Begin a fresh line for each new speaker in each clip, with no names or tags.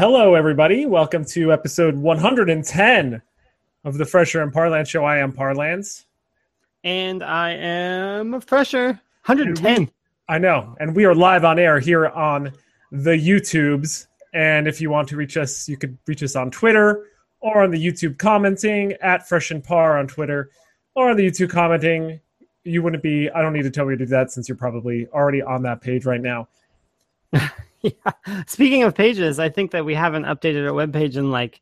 everybody. Welcome to episode 110 of the Fresher and Parlance show. I am Parlance.
And I am fresher. 110.
I know. And we are live on air here on the YouTubes. And if you want to reach us, you could reach us on Twitter or on the YouTube commenting at Fresh and Par on Twitter or on the YouTube commenting. You wouldn't be, I don't need to tell you to do that since you're probably already on that page right now.
Yeah. Speaking of pages, I think that we haven't updated our webpage in like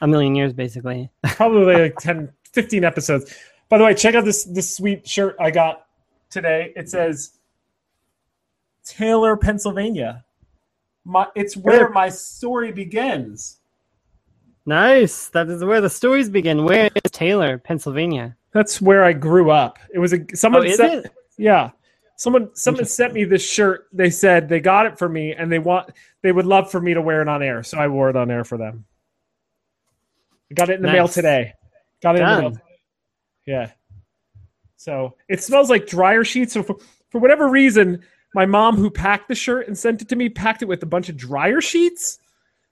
a million years, basically.
Probably like 10, 15 episodes. By the way, check out this this sweet shirt I got today. It says Taylor, Pennsylvania. My, it's where my story begins.
Nice. That is where the stories begin. Where is Taylor, Pennsylvania?
That's where I grew up. It was a someone
oh, is
sent,
it?
yeah. Someone someone sent me this shirt. They said they got it for me and they want they would love for me to wear it on air. So I wore it on air for them. I got it in the mail
Nice.
today. Got it in the
Done.
mail. Yeah. So it smells like dryer sheets. So for, for whatever reason, my mom who packed the shirt and sent it to me packed it with a bunch of dryer sheets.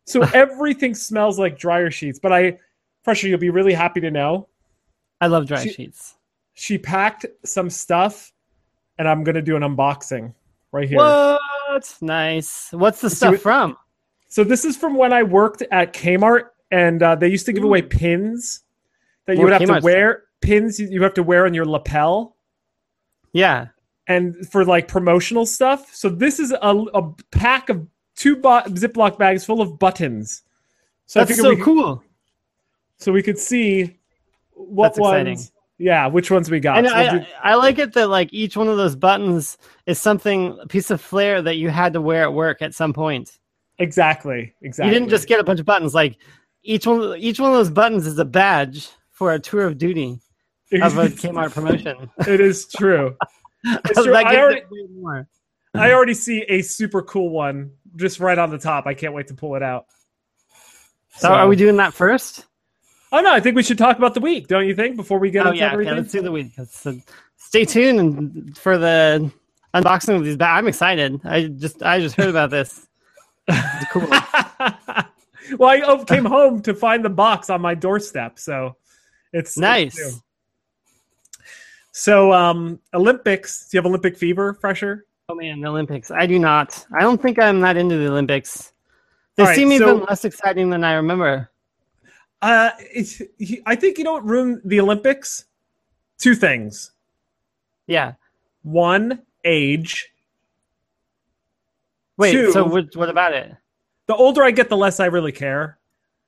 So everything smells like dryer sheets. But I pressure you'll be really happy to know
I love dry
She-
sheets.
she packed some stuff and i'm gonna do an unboxing right here
What? Nice. What's the
see
stuff
what-
from?
so this is from when i worked at kmart and uh, they used to give away pins that you
More
would have
Kmart
to wear pins you, you have to wear on your lapel
Yeah.
and for like promotional stuff so this is a, a pack of two bo- ziploc bags full of buttons so
That's
I figured
so
we,
cool.
so we could see what
That's
ones
exciting.
yeah which ones we got
And
Ah, So we'll do-
I, I like it that like each one of those buttons is something a piece of flair that you had to wear at work at some point.
exactly exactly
You didn't just get a bunch of buttons. Like each one, each one of those buttons is a badge for a tour of duty of a Kmart promotion.
it is true It's
That
true. I
gives
already-
it way more.
I already see a super cool one just right on the top. I can't wait to pull it out.
So are we doing that first?
Oh no, I think we should talk about the week, don't you think? Before we get
Oh
into
yeah, okay,
everything.
let's do the week. Let's- So stay tuned and- for the unboxing of these. Ba- I'm excited. I just I just heard about this. It's cool.
well, I oh, came home to find the box on my doorstep, so it's it's new.
nice.
So, um, Olympics. Do you have Olympic fever, fresher?
Oh man, the Olympics. I do not. I don't think I'm that into the Olympics. They
All right,
seem
so-
even less exciting than I remember.
Uh, it's, he- I think you don't ruin the Olympics. Two things:
Yeah.
one, age.
Wait.
Two.
So what, what about it?
The older I get, the less I really care.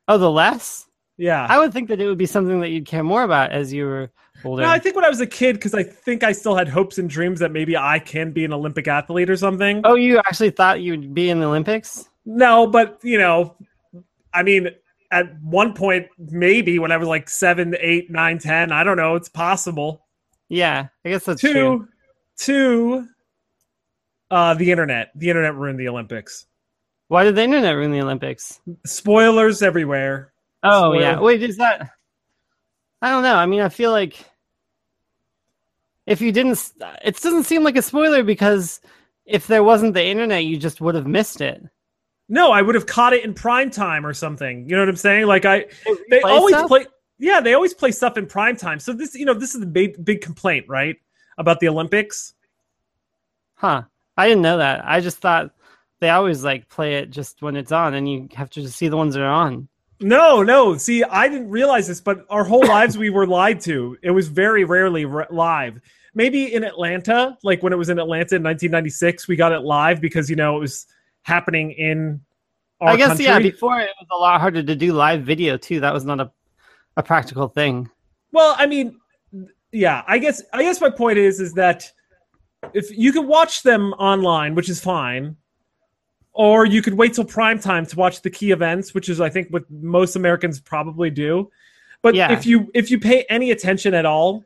Oh, the less.
Yeah,
I would think that it would be something that you'd care more about as you were older.
No, I think when I was a kid, because I think I still had hopes and dreams that maybe I can be an Olympic athlete or something.
oh, you actually thought you'd be in the Olympics?
No, but you know, I mean, at one point, maybe when I was like seven, eight, nine, ten, I don't know, it's possible.
Yeah, I guess that's
Two,
true.
two, uh, the internet. The internet ruined the Olympics.
Why did the internet ruin the Olympics?
Spoilers everywhere.
Oh
Spoil-
yeah. Wait, is that? I don't know. I mean, I feel like if you didn't, s- it doesn't seem like a spoiler because if there wasn't the internet, you just would have missed it.
No, I would have caught it in prime time or something. You know what I'm saying? Like I, they
Play
always
stuff?
play yeah they always play stuff in prime time so this you know this is the big, big complaint right about the olympics
Huh. I didn't know that. I just thought they always like play it just when it's on, and you have to just see the ones that are on.
no no see i didn't realize this but our whole lives we were lied to it was very rarely r live maybe in atlanta like when it was in atlanta in 1996 we got it live because you know it was happening in our
I guess
country.
yeah. Before it was a lot harder to do live video too. That was not a a practical thing.
Well, I mean, yeah, I guess I guess my point is is that if you can watch them online, which is fine, or you could wait till prime time to watch the key events, which is I think what most Americans probably do. But
Yeah.
if you if you pay any attention at all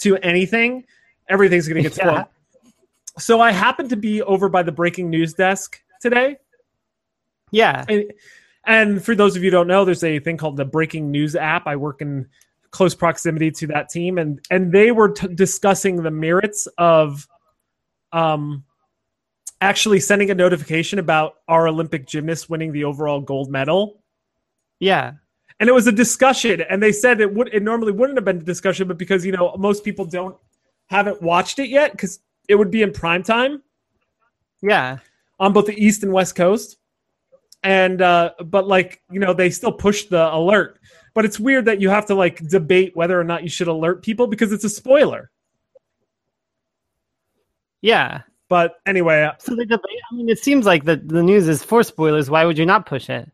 to anything, everything's going to get
Yeah.
spoiled. So I happened to be over by the breaking news desk today.
Yeah.
And, and for those of you who don't know, there's a thing called the Breaking News app. I work in close proximity to that team, and and they were t- discussing the merits of um, actually sending a notification about our Olympic gymnast winning the overall gold medal.
Yeah.
And it was a discussion, and they said it would it normally wouldn't have been a discussion, but because you know most people don't haven't watched it yet because it would be in prime time
Yeah.
on both the east and west coast and uh but like you know they still push the alert but it's weird that you have to like debate whether or not you should alert people because it's a spoiler
Yeah.
but anyway uh,
So the debate, I mean, it seems like the, the news is for spoilers. Why would you not push it?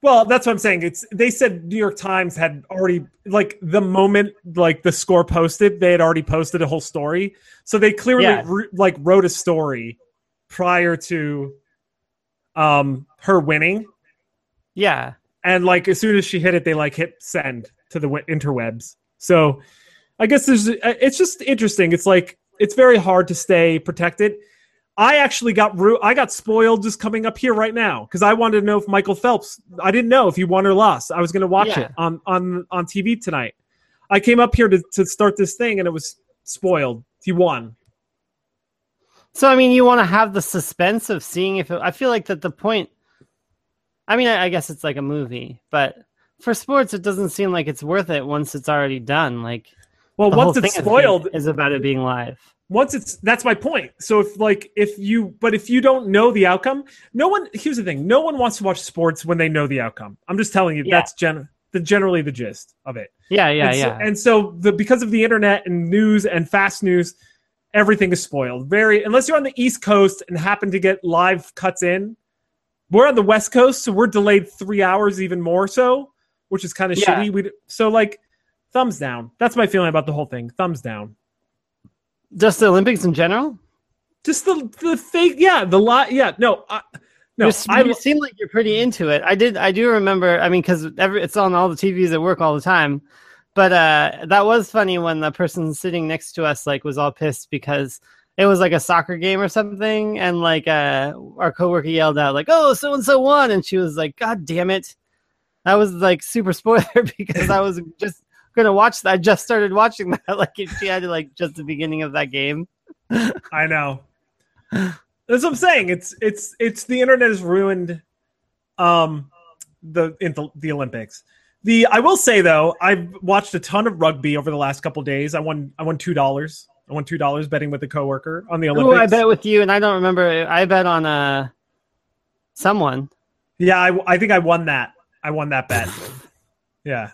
well that's what i'm saying it's they said new york times had already like the moment like the score posted they had already posted a whole story so they clearly
Yeah.
re- like wrote a story prior to um her winning
Yeah.
and like as soon as she hit it they like hit send to the wi- interwebs so i guess there's uh, it's just interesting it's like it's very hard to stay protected i actually got ru- i got spoiled just coming up here right now because i wanted to know if michael phelps i didn't know if he won or lost i was going to watch
Yeah.
it on on on tv tonight i came up here to, to start this thing and it was spoiled he won
So I mean, you want to have the suspense of seeing if it, I feel like that the point. I mean, I, I guess it's like a movie, but for sports, it doesn't seem like it's worth it once it's already done. Like
well
the
once
whole
it's
thing is-
spoiled
is about it being live.
once it's that's my point so if like if you but if you don't know the outcome no one here's the thing no one wants to watch sports when they know the outcome i'm just telling you
Yeah.
that's gen the generally the gist of it
Yeah, yeah,
and so,
yeah,
and so the because of the internet and news and fast news everything is spoiled very unless you're on the east coast and happen to get live cuts in we're on the west coast so we're delayed three hours even more so which is kind of
Yeah.
shitty we so like thumbs down that's my feeling about the whole thing thumbs down
just the Olympics in general.
just the the fake yeah the lot yeah no I, no
No,
I,
you seem like you're pretty into it. I did. I do remember. I mean, because it's on all the TVs at work all the time. But uh, that was funny when the person sitting next to us like was all pissed because it was like a soccer game or something, and like uh, our coworker yelled out like, "Oh, so and so won," and she was like, "God damn it!" That was like super spoiler because I was just gonna watch that. I just started watching that. Like she had like just the beginning of that game.
I know that's what I'm saying it's it's it's the internet has ruined um the in the, the Olympics the I will say though I've watched a ton of rugby over the last couple days I won I won two dollars I won two dollars betting with a coworker on the
Oh,
Olympics
I bet with you, and I don't remember. I bet on uh, someone.
yeah I, I think I won that I won that bet yeah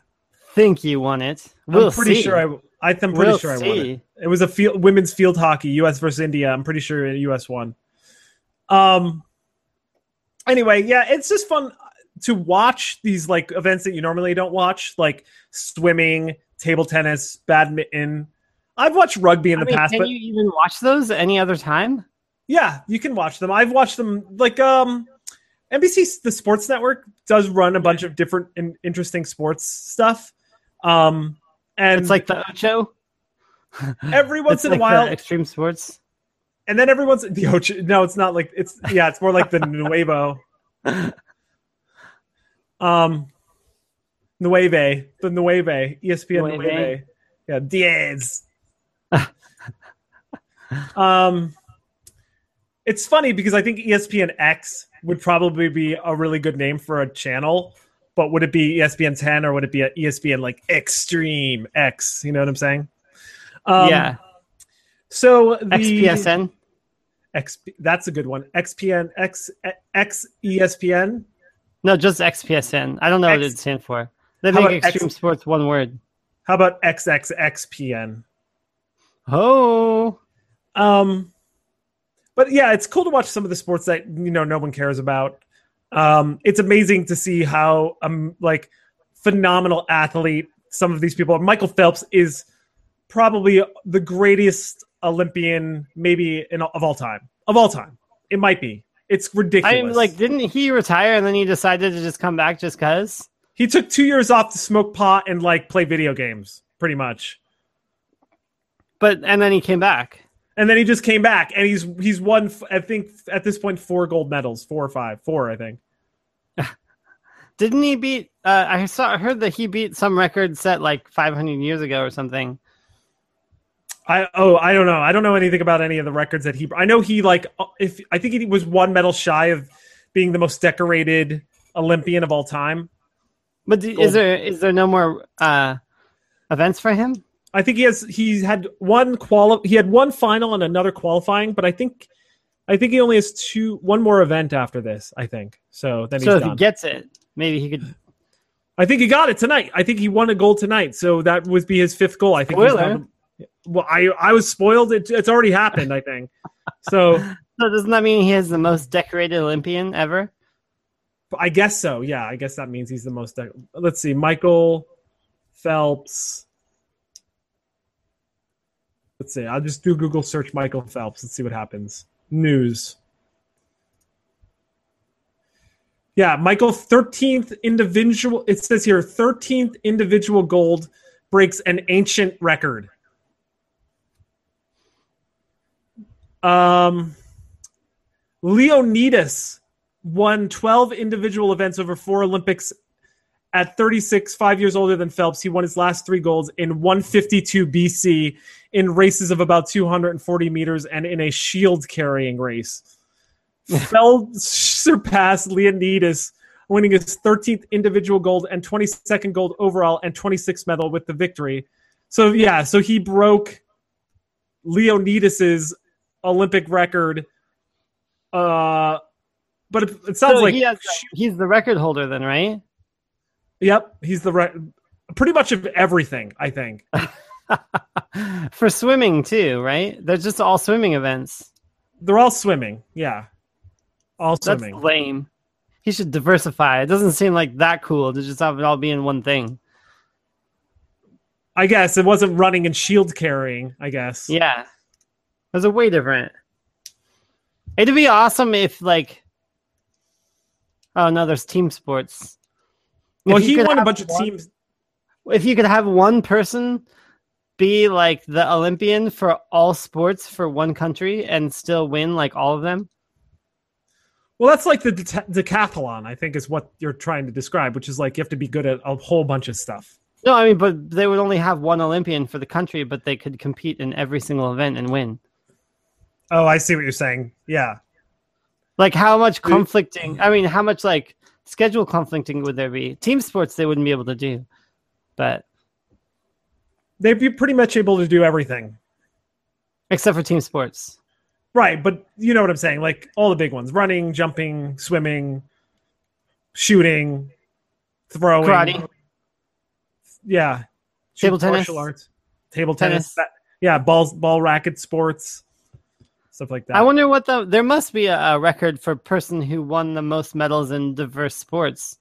think you won it. We'll
I'm pretty
see.
sure I, I I'm pretty
We'll
sure I won it.
see.
It was a field, women's field hockey, U.S. versus India. I'm pretty sure U.S. won. Um. Anyway, yeah, it's just fun to watch these like events that you normally don't watch, like swimming, table tennis, badminton. I've watched rugby in
I
the
mean,
past,
can
but
you even watch those any other time?
yeah, you can watch them. I've watched them like um NBC the Sports Network does run a bunch of different and interesting sports stuff. Um and
It's like the Ocho.
every once
It's
in
like
a while
the extreme sports.
and then everyone's the Ocho. No, it's not like it's yeah, it's more like the Nuevo. Um, Nueve, the Nueve, E ESPN Nueve.
Nueve.
Yeah, Diaz. um, it's funny because I think E ESPN X would probably be a really good name for a channel, but would it be E ESPN 10 or would it be a E ESPN like Extreme X? You know what I'm saying? Um,
yeah,
So the
XPSN.
XP, that's a good one. XPN, X, X E ESPN.
No, just XPSN. I don't know what
X-
it stands for. They
How
make
about X-
extreme sports one word.
How about XXXPN?
Oh,
Um, but yeah, it's cool to watch some of the sports that you know no one cares about. Um, it's amazing to see how um like phenomenal athlete some of these people are. Michael Phelps is probably the greatest Olympian maybe in, of all time. Of all time, it might be. It's ridiculous.
I'm like, didn't he retire and then he decided to just come back just cause?
He took two years off to smoke pot and like play video games, pretty much.
But and then he came back.
And then he just came back, and he's he's won. f- I think at this point four gold medals, four or five, four, I think.
Didn't he beat? Uh, I saw I heard that he beat some record set like 500 years ago or something.
I oh I don't know I don't know anything about any of the records that he I know he like uh, if I think he was one medal shy of being the most decorated Olympian of all time.
But do, is there is there no more uh, events for him?
I think he has he had one quali- he had one final and another qualifying, but I think I think he only has two one more event after this. I think so. Then
so
he's
if
done.
he gets it, maybe he could.
I think he got it tonight. I think he won a goal tonight, so that would be his fifth goal. I think. he's
Spoiler.
now- well, I I was spoiled. It, it's already happened. I think. So
So doesn't that mean he is the most decorated Olympian ever?
I guess so. Yeah, I guess that means he's the most. dec- Let's see, Michael Phelps. Let's see. I'll just do Google search Michael Phelps. Let's see what happens. News. Yeah, Michael, thirteenth individual. It says here, thirteenth individual gold breaks an ancient record. Um, Leonidas won 12 individual events over four Olympics at 36, five years older than Phelps. He won his last three golds in 152 BC in races of about 240 meters and in a shield carrying race. Phelps surpassed Leonidas, winning his 13th individual gold and 22nd gold overall and 26th medal with the victory. So, yeah, so he broke Leonidas's Olympic record. Uh, but it, it sounds
So
like
he has, he's the record holder then, right?
Yep, he's the right. Pretty much of everything, I think.
For swimming too, right? They're just all swimming events.
They're all swimming. Yeah, all
That's
swimming.
lame. He should diversify. It doesn't seem like that cool to just have it all be in one thing.
I guess it wasn't running and shield carrying. I guess.
Yeah. Those are way different. It'd be awesome if like Oh no, there's team sports. If
Well,
you
he
could
won a
have
bunch of
one-
teams.
If you could have one person be like the Olympian for all sports for one country and still win like all of them.
Well, that's like the deca- decathlon. I think is what you're trying to describe, which is like you have to be good at a whole bunch of stuff.
No, I mean, but they would only have one Olympian for the country, but they could compete in every single event and win.
Oh, I see what you're saying. Yeah,
Like, how much
Dude.
conflicting? I mean, how much like schedule conflicting would there be? Team sports they wouldn't be able to do, but
they'd be pretty much able to do everything.
except for team sports.
Right, but you know what I'm saying. Like all the big ones: running, jumping, swimming, shooting, throwing,
Karate.
Yeah,
Table
Shoot,
tennis.
martial arts, table tennis.
Tennis.
that- yeah, balls, ball racket sports, stuff like that.
I wonder what the there must be a, a record for person who won the most medals in diverse sports,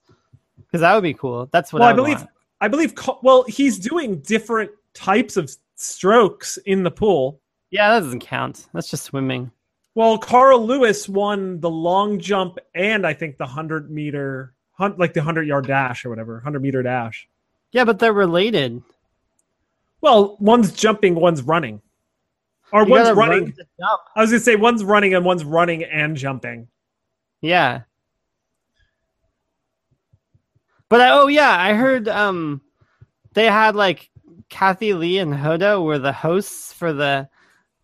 because that would be cool. That's what
well,
I,
I believe,
want.
I believe. co- Well, he's doing different types of strokes in the pool.
Yeah, that doesn't count. That's just swimming.
Well, Carl Lewis won the long jump and I think the hundred meter, hun- like the hundred yard dash or whatever, hundred meter dash.
Yeah, but they're related.
Well, one's jumping, one's running. Or
You
one's
gotta run
running.
to jump.
I was going to say one's running and one's running and jumping.
Yeah. But I, oh yeah, I heard um they had like Kathy Lee and Hoda were the hosts for the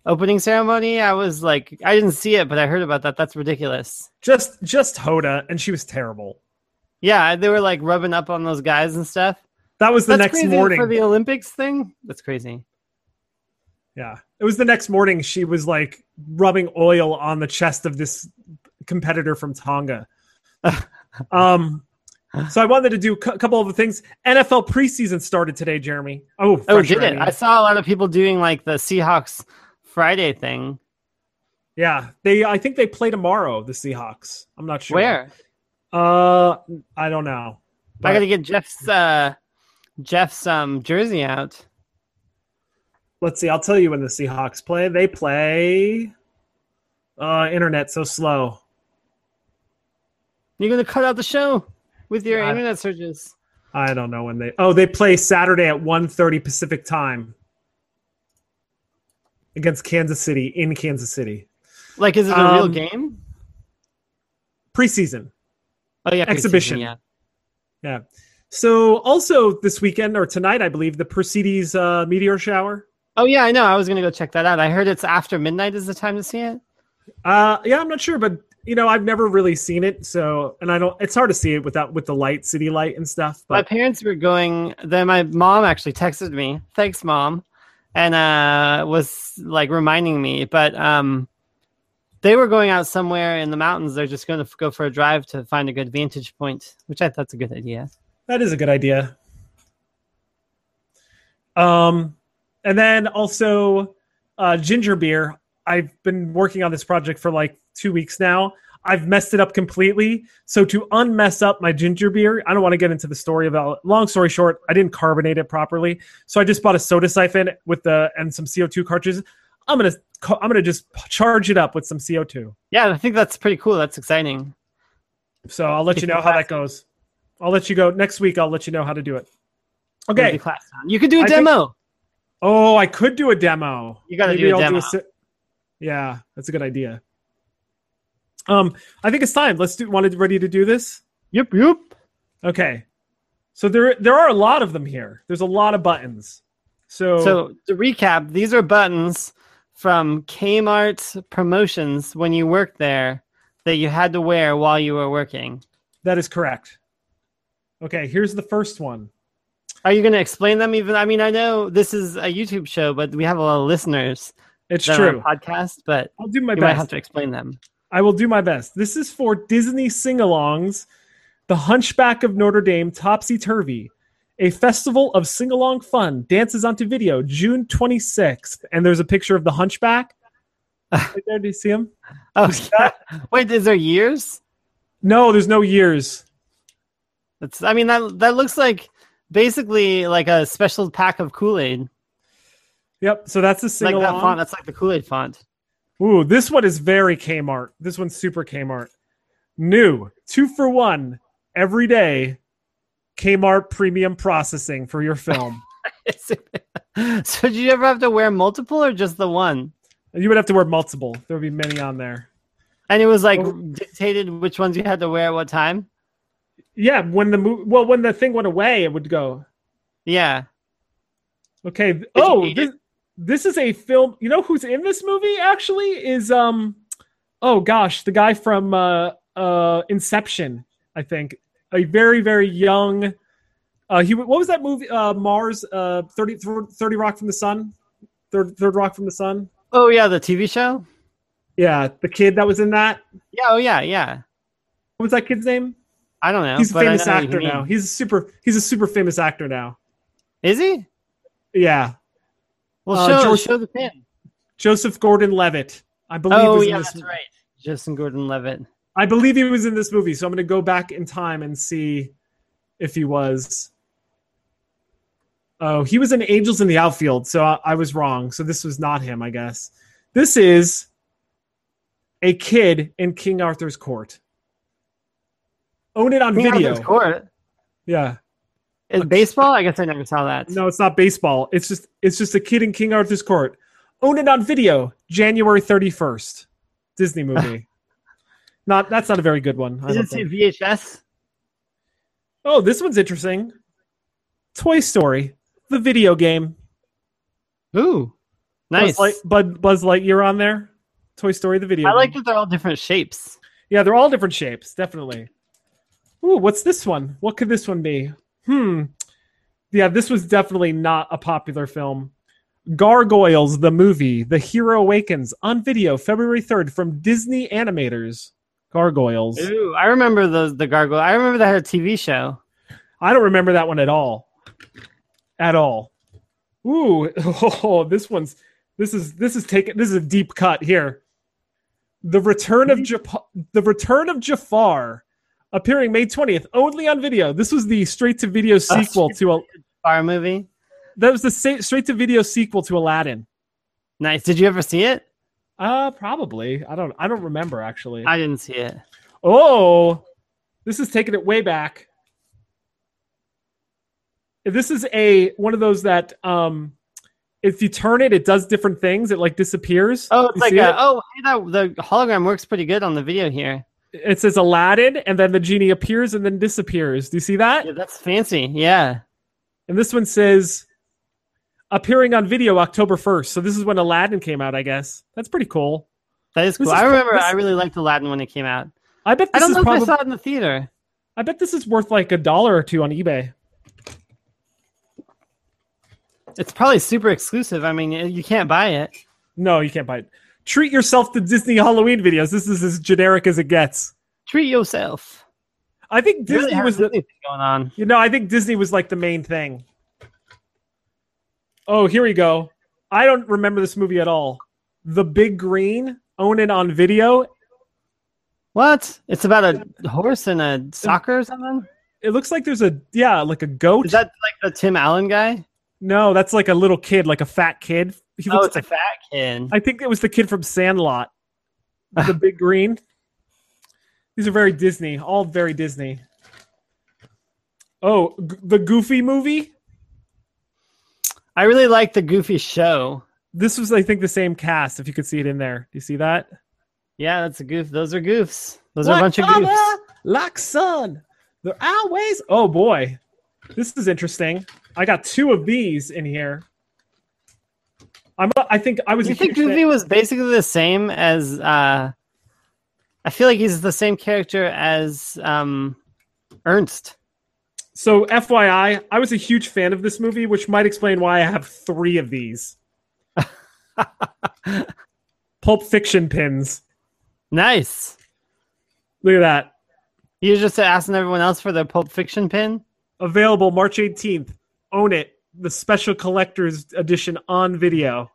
opening ceremony. I was like I didn't see it, but I heard about that. That's ridiculous.
Just just Hoda and she was terrible.
Yeah, they were like rubbing up on those guys and stuff.
That was the
That's
next
crazy
morning.
for the Olympics thing. That's crazy.
yeah. It was the next morning she was like rubbing oil on the chest of this competitor from Tonga. um so I wanted to do a couple of the things. NFL preseason started today, Jeremy. Oh,
Oh,
fresher,
did
I
it?
mean.
I saw a lot of people doing like the Seahawks Friday thing.
yeah, they. I think they play tomorrow. The Seahawks. I'm not sure
Where?
Uh, I don't know.
I
But-
got to get Jeff's uh Jeff's um jersey out.
let's see. I'll tell you when the Seahawks play. They play. Uh, internet so slow.
You're gonna cut out the show with your
Yeah, I-
internet searches.
I don't know when they. Oh, they play Saturday at 1.30 Pacific time against Kansas City in Kansas City.
Like, is it a real
Um,
game?
Preseason.
Oh yeah, preseason,
exhibition.
Yeah,
Yeah. So also this weekend or tonight, I believe the Mercedes uh, meteor shower.
Oh yeah, I know. I was gonna go check that out. I heard it's after midnight is the time to see it.
Uh, yeah, I'm not sure, but you know, I've never really seen it, so and I don't. It's hard to see it without with the light, city light, and stuff.
My
But
parents were going. Then my mom actually texted me, "Thanks, mom," and uh, was like reminding me. But um, they were going out somewhere in the mountains. They're just going to f- go for a drive to find a good vantage point, which I thought's a good idea.
that is a good idea. Um, and then also, uh, ginger beer. I've been working on this project for like two weeks now. I've messed it up completely. So to unmess up my ginger beer, I don't want to get into the story about. Long story short, I didn't carbonate it properly, so I just bought a soda siphon with the and some CO2 cartridges. I'm gonna ca- I'm gonna just charge it up with some CO2.
Yeah, I think that's pretty cool. That's exciting.
So I'll let you know how that goes. I'll let you go next week. I'll let you know how to do it.
It'll
Okay.
be class time. you could do a
I think-
demo.
Oh, I could do a demo.
You gotta
Maybe
do a
I'll
demo.
si- yeah, that's a good idea. Um, I think it's time. Let's do. Wanted ready to do this?
Yep, yep.
Okay. So there, there are a lot of them here. There's a lot of buttons. So,
So to recap, these are buttons from Kmart promotions when you worked there that you had to wear while you were working.
that is correct. Okay, here's the first one.
Are you going to explain them? Even I mean, I know this is a YouTube show, but we have a lot of listeners
It's
that
true.
are on podcast. But
I'll do my
you might
best.
have to explain them.
I will do my best. This is for Disney sing alongs, The Hunchback of Notre Dame, Topsy Turvy, a festival of sing along fun, dances onto video, June 26th. And there's a picture of the Hunchback.
Ah.
right there, do you see him?
Oh, yeah. wait, is there years?
No, there's no years.
That's. I mean, that that looks like basically like a special pack of Kool Aid.
Yep. So that's the sing
Like that font.
along.
That's like the Kool Aid font.
Ooh, this one is very Kmart. This one's super Kmart. New two for one every day. Kmart premium processing for your film.
so, did you ever have to wear multiple or just the one?
you would have to wear multiple. There would be many on there.
And it was like
Oh.
dictated which ones you had to wear at what time.
Yeah, when the mo- well, when the thing went away, it would go.
Yeah.
Okay. th-
you
Oh,
hate
this, this is a film. You know who's in this movie? Actually, is um, oh gosh, the guy from uh, uh, Inception. I think a very very young. Uh, he w- what was that movie? Uh, Mars. Uh, 30, Thir- 30 Rock from the Sun. Third Third Rock from the Sun.
Oh yeah, the TV show.
Yeah, the kid that was in that.
Yeah. Oh yeah. Yeah.
What was that kid's name?
I don't know.
he's a
but I
famous
know what you
actor
mean.
now. He's a super. He's a super famous actor now.
Is he?
Yeah.
Well,
Uh,
show
George-
show the pin.
Joseph Gordon-Levitt. I believe.
Oh
was in
yeah,
this
that's right. Justin Gordon-Levitt.
I believe he was in this movie, so I'm going to go back in time and see if he was. Oh, he was in Angels in the Outfield, so I, I was wrong. So this was not him, I guess. This is a kid in King Arthur's court. Own it on
King Arthur's
video.
Court.
Yeah.
Is baseball? I guess I never saw that.
No, it's not baseball. It's just it's just a kid in King Arthur's court. Own it on video, January 31st. Disney movie. not that's not a very good one. I
Is
don't
it
think.
VHS?
Oh, this one's interesting. Toy Story, the video game.
Ooh, nice.
Buzz, Light, Bud, Buzz Lightyear on there. Toy Story, the video.
I like
game.
that they're all different shapes.
Yeah, they're all different shapes, definitely. Ooh, what's this one? What could this one be? Hmm. Yeah, this was definitely not a popular film. Gargoyles, the movie, The Hero Awakens on video February 3rd from Disney Animators. Gargoyles.
Ooh, I remember those the gargoyle. I remember that had a TV show.
I don't remember that one at all. At all. Ooh, oh, this one's this is this is taken this is a deep cut here. The return of Jap- the return of Jafar appearing May 20th only on video. This was the straight to video sequel to a
Bar movie.
that was the straight to video sequel to Aladdin.
Nice. Did you ever see it?
Uh probably. I don't I don't remember actually.
I didn't see it.
Oh, this is taking it way back. This is a one of those that um, if you turn it, it does different things. It like disappears.
Oh, it's
You
like
see
a,
it?
oh, hey, that, the hologram works pretty good on the video here.
it says Aladdin, and then the genie appears and then disappears. Do you see that?
Yeah, that's fancy. Yeah.
And this one says, appearing on video October 1st. So this is when Aladdin came out, I guess. That's pretty cool.
That is
This
cool.
is
I
pro-
remember
this-
I really liked Aladdin when it came out.
I bet
I
this
don't
is
know if I
probably
saw it in the theater.
I bet this is worth like a dollar or two on eBay.
It's probably super exclusive. I mean, you can't buy it.
No, you can't buy it. Treat yourself to Disney Halloween videos. This is as generic as it gets.
Treat yourself.
I think
They really
Disney
have
was the,
Disney thing going on.
you know, I think Disney was like the main thing. Oh, here we go. I don't remember this movie at all. The Big Green, own it on video.
What? It's about a horse and a soccer or something?
It looks like there's a yeah, like a goat.
Is that like the Tim Allen guy?
no, that's like a little kid, like a fat kid. He
Oh,
looks
it's a fat kid.
I think it was the kid from Sandlot, the big green. These are very Disney, all very Disney. Oh, G- the Goofy movie.
I really like the Goofy show.
This was, I think, the same cast. If you could see it in there, do you see that?
Yeah, that's a goof. Those are goofs. Those are a bunch of goofs.
Like sun, they're always. Oh boy, this is interesting. I got two of these in here. I'm. a- I think I was.
You
a
think
huge fan-
Goofy was basically the same as? uh I feel like he's the same character as um Ernst.
So, FYI, I was a huge fan of this movie, which might explain why I have three of these Pulp Fiction pins.
Nice.
Look at that.
You're just asking everyone else for their Pulp Fiction pin.
Available March 18th. Own it. The special collector's edition on video.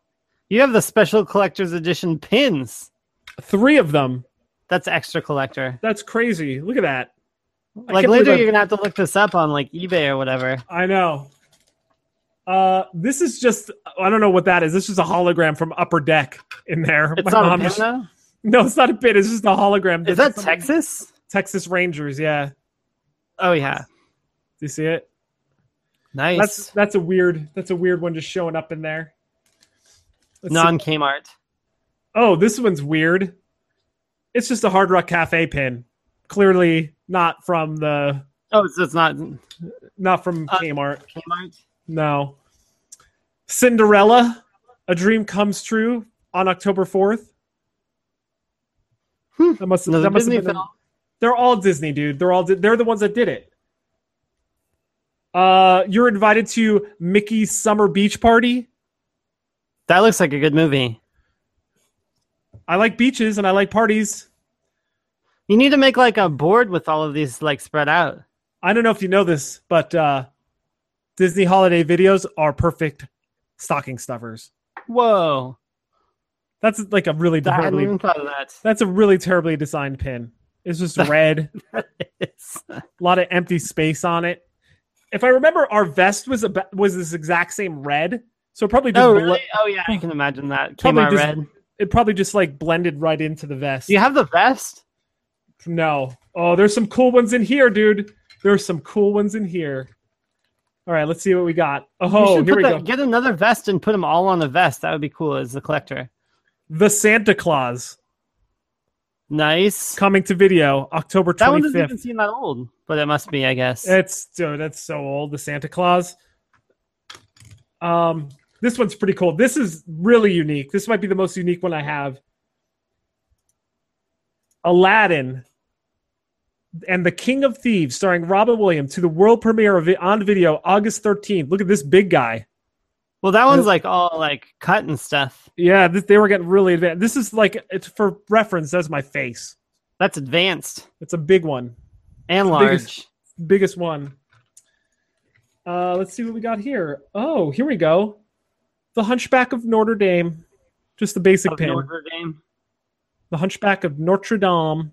You have the special collector's edition pins.
Three of them.
That's extra collector.
That's crazy. Look at that. I
Like
can't believe
later,
I-
you're gonna have to look this up on like eBay or whatever.
I know. Uh, this is just, I don't know what that is. This is a hologram from Upper Deck in there.
It's
My
not a
mom
pin,
just-
though?
No, it's not a pin. It's just a hologram.
Is that
Some-
Texas?
Texas Rangers, yeah. Do
Oh yeah,
you see it?
nice.
That's that's a weird that's a weird one just showing up in there. Let's see.
Non Kmart.
oh, this one's weird. It's just a Hard Rock Cafe pin. Clearly not from the
Oh, so it's not
not from
Uh,
Kmart.
Kmart.
No. Cinderella, A Dream Comes True on October 4th.
Hmm.
That must,
Another
that must
Disney
have been
film.
They're all Disney, dude. They're all Di- they're the ones that did it. Uh, you're invited to Mickey's summer beach party.
That looks like a good movie.
I like beaches and I like parties.
You need to make like a board with all of these like spread out.
I don't know if you know this, but uh, Disney holiday videos are perfect stocking stuffers.
Whoa,
That's like a really
I hadn't
terribly,
even thought of that.
that's a really terribly designed pin. It's just red,
It's-
a lot of empty space on it. If I remember, our vest was a, was this exact same red, so it probably just
oh
ble-
really? Oh yeah, I can imagine that
Probably
Kmart
just-
red.
it probably just like blended right into the vest.
Do you have the vest?
No. Oh, there's some cool ones in here, dude. There's some cool ones in here. All right, let's see what we got.
you
Oh,
should
here
put
we
the-
go.
Get another vest and put them all on the vest. That would be cool as the collector.
The Santa Claus.
Nice.
coming to video October
That one doesn't
25th.
even seem that old, but it must be, I guess.
It's dude, that's so old. The Santa Claus. Um, this one's pretty cool. This is really unique. This might be the most unique one I have. Aladdin and the King of Thieves, starring Robin Williams, to the world premiere of it on video August 13th. Look at this big guy.
well, that one's like all like cut and stuff.
Yeah, this, they were getting really advanced. This is like it's for reference. That's my face.
That's advanced
It's a big one.
and
the biggest-
large.
biggest one. Uh, let's see what we got here. Oh, here we go. The Hunchback of Notre Dame. Just the basic
of
pin.
Notre Dame.
the Hunchback of Notre Dame.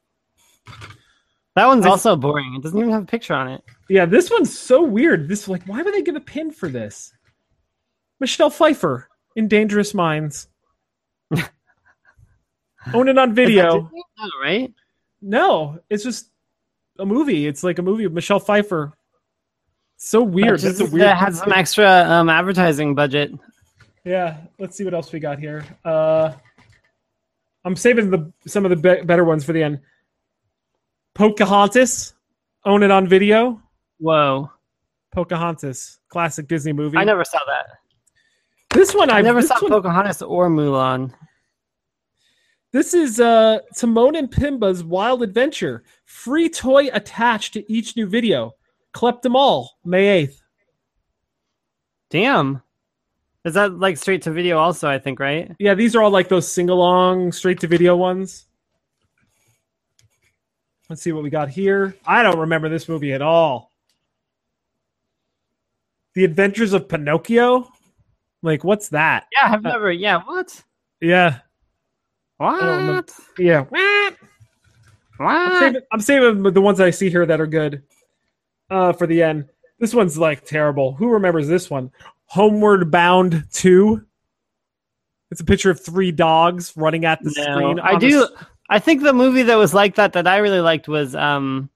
That one's
I-
also boring. It doesn't even have a picture on it.
Yeah, this one's so weird. This like, why would they give a pin for this? Michelle Pfeiffer in Dangerous Minds. Own it on
Is that
video.
Disney? No, right?
No, it's just a movie. It's like a movie of Michelle Pfeiffer. So weird.
Just-
That's a weird.
That had some extra um, advertising budget.
Yeah, let's see what else we got here. Uh, I'm saving the some of the be- better ones for the end. Pocahontas, own it on video.
Whoa.
Pocahontas, classic Disney movie.
I never saw that.
This one I
I never
this
saw
one-
Pocahontas or Mulan.
This is uh, Timon and Pimba's Wild Adventure. Free toy attached to each new video. Collect them all May 8th.
Damn. Is that like straight to video also, I think, right?
Yeah, these are all like those sing along, straight to video ones. Let's see what we got here. I don't remember this movie at all. The Adventures of Pinocchio? Like, what's that?
Yeah, I've never yeah, what?
Yeah. don't remember.
Uh, What?
Yeah. Wah! I'm
What?
saving, I'm saving the ones I see here that are good uh, for the end. This one's like terrible. Who remembers this one? Homeward Bound 2. It's a picture of three dogs running at the screen.
No, I
on the
do
s-
I think the movie that was like that that I really liked was um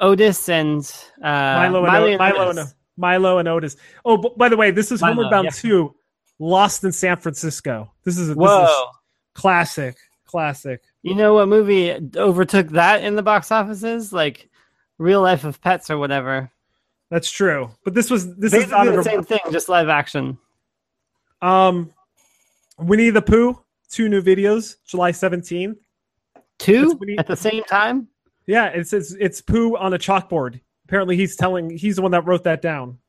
Otis and uh
Milo, and
Miley
O- Milo, and,
Otis.
Milo and Otis. Oh, b- by the way, this is
Milo,
Homeward Bound
yeah.
2, Lost in San Francisco. This is a, this is a
Whoa.
classic. Classic.
You know what movie overtook that in the box offices? Like Real Life of Pets or whatever.
That's true. But this was this is not
Basically the
an,
same thing, just live action.
um Winnie the Pooh, two new videos, July 17th.
Two
That's Winnie-
at the same time?
Yeah, it's it's it's poo on a chalkboard. Apparently, he's telling he's the one that wrote that down.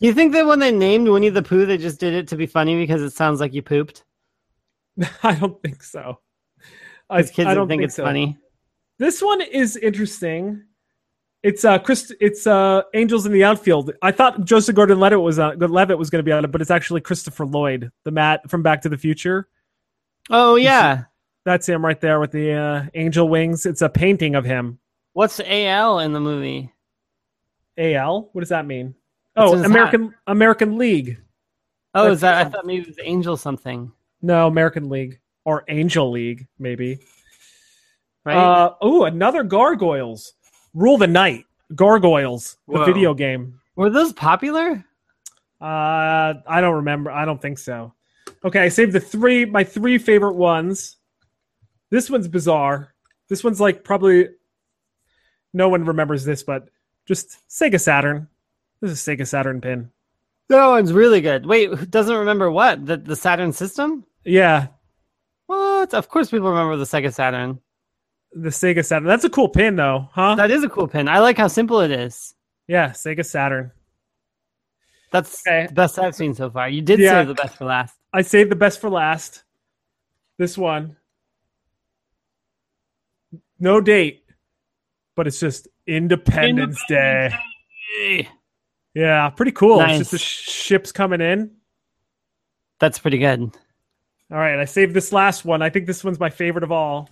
You think that when they named Winnie the Pooh, they just did it to be funny because it sounds like you pooped?
I don't think so. I,
Because kids
I
don't
don't
think, it's
so.
funny.
This one is interesting. It's uh, Chris. It's uh, Angels in the Outfield. I thought Joseph Gordon-Levitt was on, Levitt was going to be on it, but it's actually Christopher Lloyd, the Matt from Back to the Future.
Oh yeah.
That's him right there with the uh, angel wings. It's a painting of him.
What's AL in the movie?
Al, what does that mean?
It's
Oh,
in his
American American League.
Oh,
That's
is that I
him.
thought maybe it was Angel something,
No, American League or Angel League, maybe.
right?
Uh, oh, another Gargoyles. Rule the Night. Gargoyles,
Whoa.
the video game.
Were those popular?
Uh, I don't remember. I don't think so. Okay, I saved the three, my three favorite ones. This one's bizarre. This one's like probably no one remembers this, but just Sega Saturn. This is Sega Saturn pin.
That one's really good. Wait, who doesn't remember what? The the Saturn system?
Yeah,
What? Of course people remember the Sega Saturn.
the Sega Saturn. That's a cool pin, though, huh?
That is a cool pin. I like how simple it is.
yeah, Sega Saturn.
That's
Okay.
the best I've seen so far. You did
Yeah.
save the best for last.
I saved the best for last. This one. No date, but it's just Independence, Day. Yeah, pretty cool.
Nice.
It's just the sh- ships coming in.
That's pretty good.
All right, I saved this last one. I think this one's my favorite of all.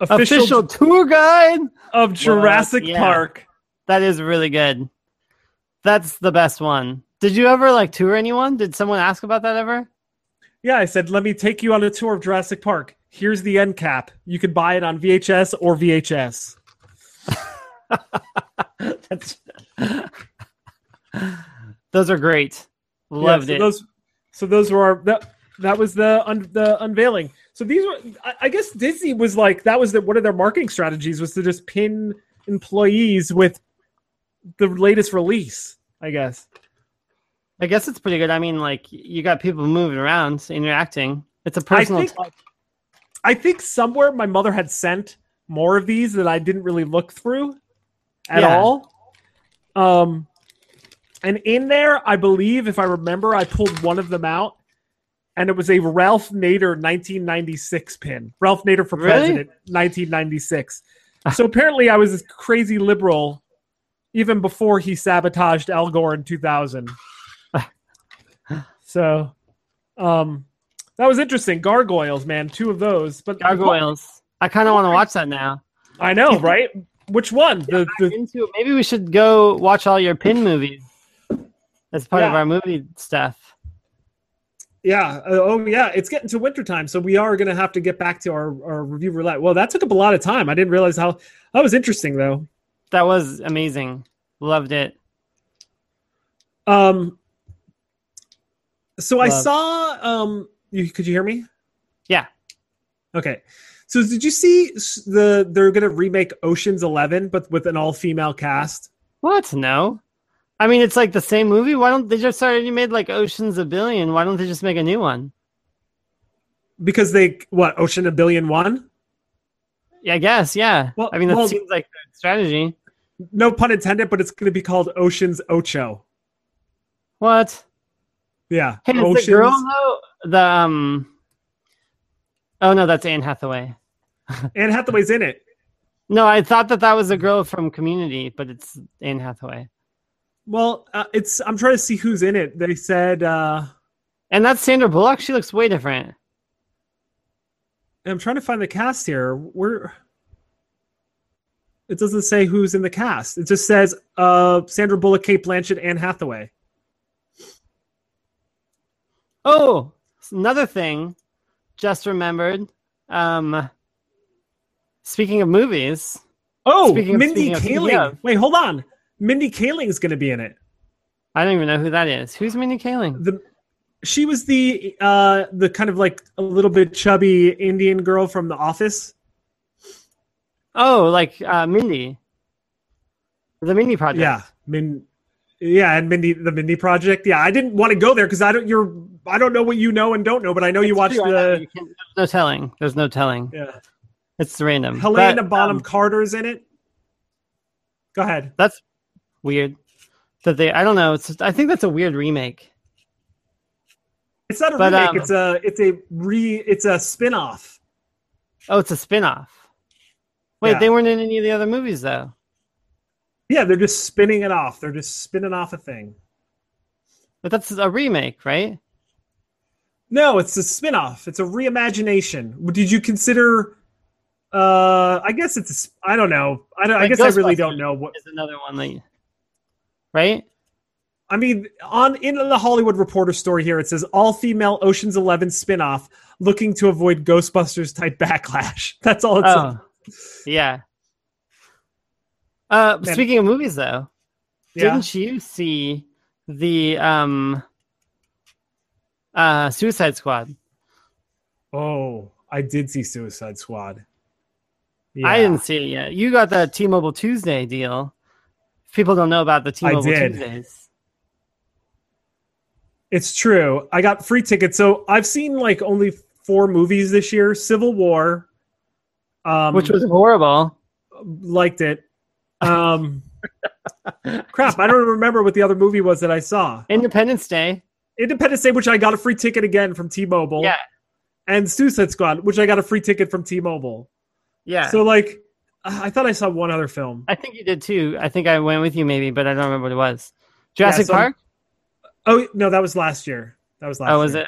Official,
Official, tour guide.
of Jurassic
yeah.
Park.
That is really good. That's the best one. Did you ever like tour anyone? Did someone ask about that ever?
Yeah, I said, let me take you on a tour of Jurassic Park. Here's the end cap. You can buy it on VHS or VHS.
That's... Those are great. Loved
yeah, so
it.
Those, so those were our that, that was the un, the unveiling. So these were I, I guess Disney was like that was the, one of their marketing strategies was to just pin employees with the latest release. I guess
I guess it's pretty good. I mean, like you got people moving around, interacting. It's a personal.
think- I think somewhere my mother had sent more of these that I didn't really look through at
Yeah.
all. Um, and in there, I believe if I remember, I pulled one of them out. And it was a Ralph Nader 1996 pin. Ralph Nader for
Really? Ah.
president, 1996. So apparently, I was this crazy liberal even before he sabotaged Al Gore in 2000. so, um, that was interesting. Gargoyles, man, two of those. But
gargoyles. I kind of want to watch that now.
I know, right? Which one? The, the
Into it. Maybe we should go watch all your pin movies as part of
Yeah.
our movie stuff.
yeah. uh, Oh yeah. It's getting to wintertime, so we are gonna have to get back to our, our review roulette. Well, that took up a lot of time. I didn't realize how that was interesting though.
That was amazing. Loved it.
Um so I
Love.
saw um you could you hear me?
Yeah.
Okay. So did you see s- the they're gonna remake Ocean's Eleven but with an all female cast?
What? No. I mean, it's like the same movie. Why don't they just already made like Ocean's a Billion? Why don't they just make a new one?
because they what Ocean a Billion One?
Yeah, I guess. Yeah.
Well-
I mean, that
well-
seems like a strategy.
No pun intended, but it's going to be called Ocean's Ocho.
What?
Yeah,
Hey, is the girl though? The um. Oh no, that's Anne Hathaway.
Anne Hathaway's in it.
No, I thought that that was a girl from Community, but it's Anne Hathaway,
Well, uh, it's I'm trying to see who's in it. They said uh,
and that's Sandra Bullock. She looks way different.
I'm trying to find the cast here. Where it doesn't say who's in the cast. It just says uh, Sandra Bullock, Kate Blanchett, Anne Hathaway.
Oh, another thing, just remembered. Um, speaking of movies,
Oh,
Speaking of-
Mindy
speaking of-
Kaling.
yeah.
Wait, hold on. Mindy Kaling's going to be in it.
I don't even know who that is. Who's Mindy Kaling?
the she was the uh the kind of like a little bit chubby indian girl from the office
Oh, like uh, Mindy, the Mindy Project.
yeah min yeah and mindy the mindy project yeah i didn't want to go there because i don't you're i don't know what you know and don't know but i know you
It's
watched
true, I know,
the
you can't- there's no telling. There's no telling.
yeah.
It's random.
helena
But,
bonham
um,
carter's in it go ahead
that's weird. That they. I don't know. It's. I think that's a weird remake.
it's not a
but,
remake
um,
it's a it's a re it's a spin-off
Oh, it's a spin-off. Wait,
Yeah.
they weren't in any of the other movies though.
yeah they're just spinning it off they're just spinning off a thing
But that's a remake, right?
No, it's a spin-off. It's a reimagination. Did you consider uh I guess it's a s- I don't know. I don't, I
Like
guess I really
Ghostbusters.
don't know what
Is another one that. Right.
I mean on in the Hollywood Reporter story here it says all female Ocean's 11 spin-off looking to avoid Ghostbusters type backlash. That's all it says.
oh. Yeah. Uh,
Man.
speaking of movies, though,
Yeah.
didn't you see the um, uh, Suicide Squad?
Oh, I did see Suicide Squad.
I
Yeah.
didn't see it yet. You got the T-Mobile Tuesday deal. People don't know about the T-Mobile
did.
Tuesdays.
It's true. I got free tickets. So I've seen like only four movies this year. Civil War um
which was horrible.
liked it. Um, crap, I don't remember what the other movie was that I saw.
Independence Day.
Independence Day, which I got a free ticket again from T-Mobile.
Yeah.
And Suicide Squad, which I got a free ticket from T-Mobile.
Yeah.
So like, uh, I I thought I saw one other film.
I think you did too. I think I went with you maybe, but I don't remember what it was. Jurassic
so-
Park?
Oh no, that was last year. That was last.
Oh, was
year.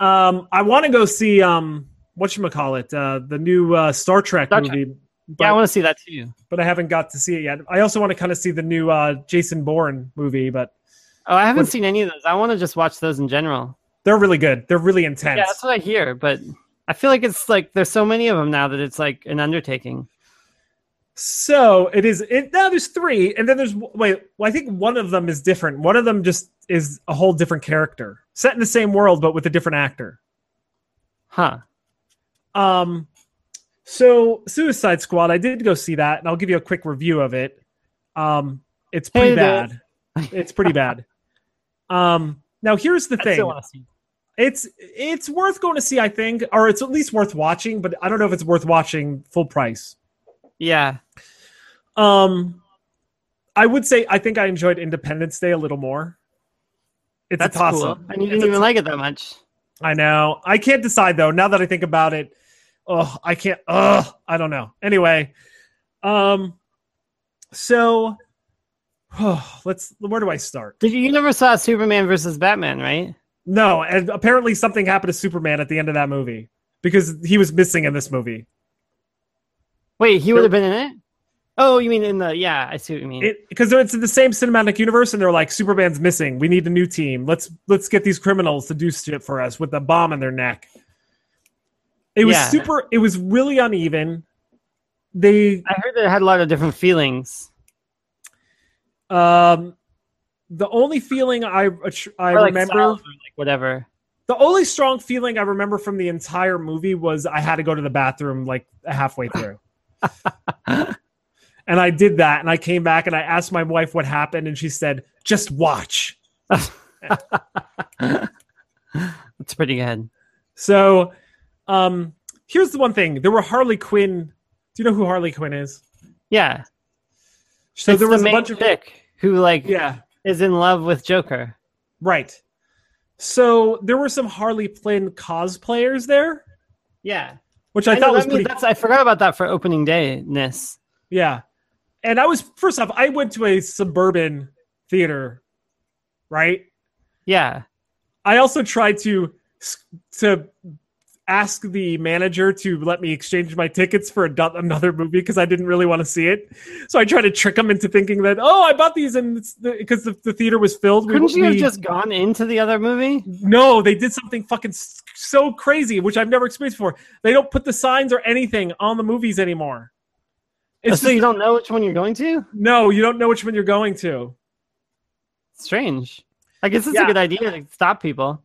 it?
Um, I want to go see um, what you call it, uh, the new uh, Star Trek
Star Trek.
movie. But,
yeah, I want to see that too.
but I haven't got to see it yet. I also want to kind of see the new uh, Jason Bourne movie, but
Oh, I haven't
What-
seen any of those. I want to just watch those in general.
they're really good. They're really intense.
Yeah, that's what I hear, but I feel like it's like there's so many of them now that it's like an undertaking.
So it is. It, now there's three, and then there's wait. Well, I think one of them is different. One of them just is a whole different character, set in the same world but with a different actor.
Huh.
Um, so Suicide Squad, I did go see that, and I'll give you a quick review of it. Um, it's pretty
Hey there.
bad. It's pretty bad. Um, now here's the
I still
thing.
want to see.
It's it's worth going to see, I think, or it's at least worth watching. But I don't know if it's worth watching full price.
Yeah.
Um, I would say I think I enjoyed Independence Day a little more. It's
That's
a toss
cool.
up.
And you didn't even like it that much.
I know. I can't decide though. Now that I think about it, oh, I can't. Oh, I don't know. Anyway, um, so let's. Where do I start?
Did you, you never saw Superman versus Batman, right?
No, and apparently something happened to Superman at the end of that movie because he was missing in this movie.
Wait, he would
There-
have been in it? Oh, you mean in the yeah, I see what you mean.
it because it's in the same cinematic universe and they're like superman's missing we need a new team let's let's get these criminals to do shit for us with a bomb in their neck it was
Yeah.
super it was really uneven they
I heard that it had a lot of different feelings.
um the only feeling i i
Or, like,
remember
solid or, like whatever.
the only strong feeling i remember from the entire movie was i had to go to the bathroom like halfway through And I did that, and I came back and I asked my wife what happened, and she said, "Just watch."
That's pretty good.
So, um, here's the one thing: there were Harley Quinn. Do you know who Harley Quinn is?
Yeah.
So
it's
there
the
was a
main
bunch of
chick who like
yeah,
is in love with Joker.
right. So there were some Harley Quinn cosplayers there,
Yeah.
which I,
know,
thought was
that means-
pretty.
that's I forgot about that for opening day ness.
Yeah. And I was first off, I went to a suburban theater, right?
Yeah.
I also tried to to ask the manager to let me exchange my tickets for a, do- another movie because I didn't really want to see it. So I tried to trick him into thinking that oh, I bought these and because the, the theater was filled. we-
Couldn't you have
we-
just gone into the other movie?
No, they did something fucking s- so crazy, which I've never experienced before. They don't put the signs or anything on the movies anymore. It's
so you
just,
don't know which one you're going to?
no, you don't know which one you're going to.
Strange. I guess it's
Yeah.
a good idea to stop people.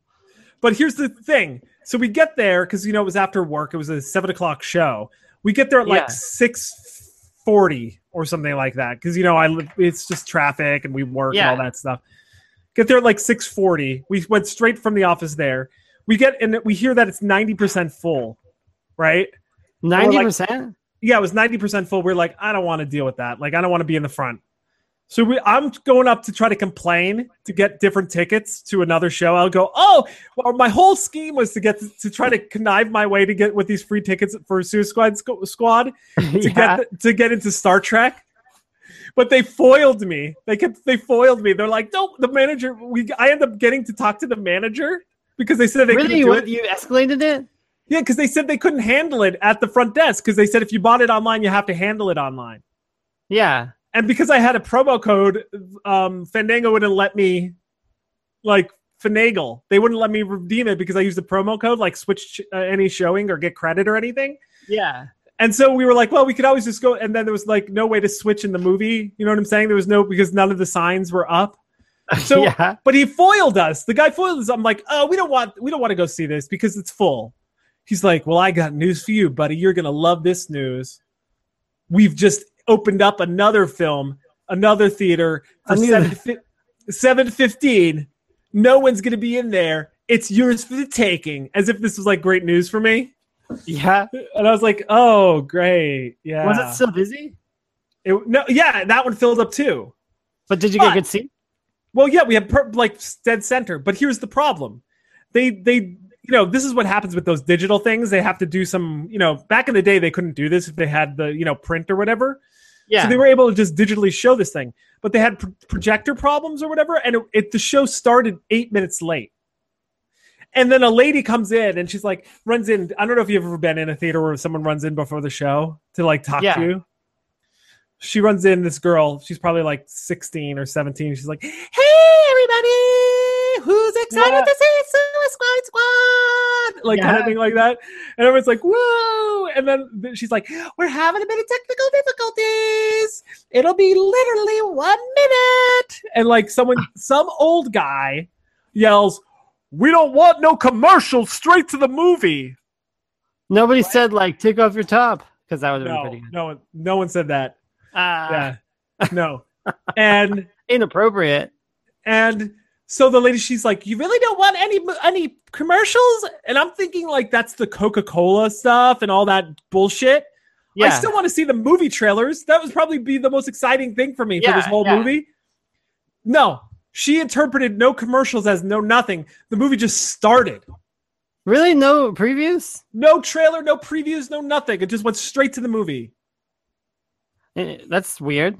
But here's the thing. So we get there because you know it was after work. It was a seven o'clock show. We get there at
Yeah.
like six forty or something like that because you know I live. It's just traffic and we work
Yeah.
and all that stuff. Get there at like six forty. We went straight from the office there. We get and we hear that it's ninety percent full, right?
Ninety percent?
yeah, it was ninety percent full. We're like, I don't want to deal with that. Like, I don't want to be in the front. So we, I'm going up to try to complain to get different tickets to another show. I'll go, oh, well, my whole scheme was to get to try to connive my way to get with these free tickets for Suicide Squ- Squad to
yeah.
get to get into Star Trek. But they foiled me. They kept they foiled me. They're like, no, the manager. We I end up getting to talk to the manager because they said they couldn't
really?
do
What
it.
you escalated it?
Yeah, because they said they couldn't handle it at the front desk because they said if you bought it online, you have to handle it online.
Yeah.
And because I had a promo code, um, Fandango wouldn't let me like finagle. They wouldn't let me redeem it because I used the promo code, like switch uh, any showing or get credit or anything.
Yeah.
And so we were like, well, we could always just go. And then there was like no way to switch in the movie. You know what I'm saying? There was no because none of the signs were up. So
yeah.
but he foiled us. The guy foiled us. I'm like, oh, we don't want we don't want to go see this because it's full. He's like, well, I got news for you, buddy. You're gonna love this news. We've just opened up another film, another theater for
I knew
seven seven fifteen. No one's gonna be in there. It's yours for the taking. As if this was like great news for me.
Yeah.
And I was like, oh, great, yeah.
Was it still busy?
It- no, yeah, that one filled up too.
But did you get
But-
a good seat?
Well, yeah, we have per- like dead center, but here's the problem: they they you know this is what happens with those digital things. They have to do some you know back in the day they couldn't do this if they had the you know print or whatever.
Yeah.
So they were able to just digitally show this thing, but they had pro- projector problems or whatever, and it, it the show started eight minutes late. And then a lady comes in and she's like runs in. I don't know if you've ever been in a theater where someone runs in before the show to like talk
Yeah.
to you she runs in this girl she's probably like 16 or 17 she's like hey everybody who's excited
Yeah.
to see suicide squad like kind
Yeah.
of thing like that and everyone's like whoa and then th- she's like we're having a bit of technical difficulties it'll be literally one minute and like someone some old guy yells we don't want no commercials straight to the movie
Nobody said like take off your top because that would have been
no
pretty good.
no one no one said that
Uh,
yeah no and
Inappropriate.
and so the lady she's like you really don't want any any commercials and i'm thinking like that's the coca-cola stuff and all that bullshit
Yeah.
i still want to see the movie trailers that would probably be the most exciting thing for me for this
Yeah,
whole
yeah.
movie no she interpreted no commercials as no nothing the movie just started
really? No previews?
no trailer no previews no nothing it just went straight to the movie
Eh, That's weird.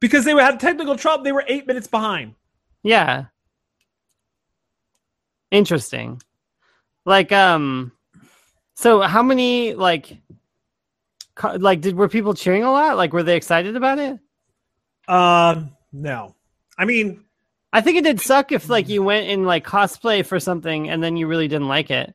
because they had technical trouble they were eight minutes behind
Yeah. Interesting. Like um so how many like co- like did were people cheering a lot? Like were they excited about it?
um no i mean
I think it did suck if
Mm.
like you went in like cosplay for something and then you really didn't like it.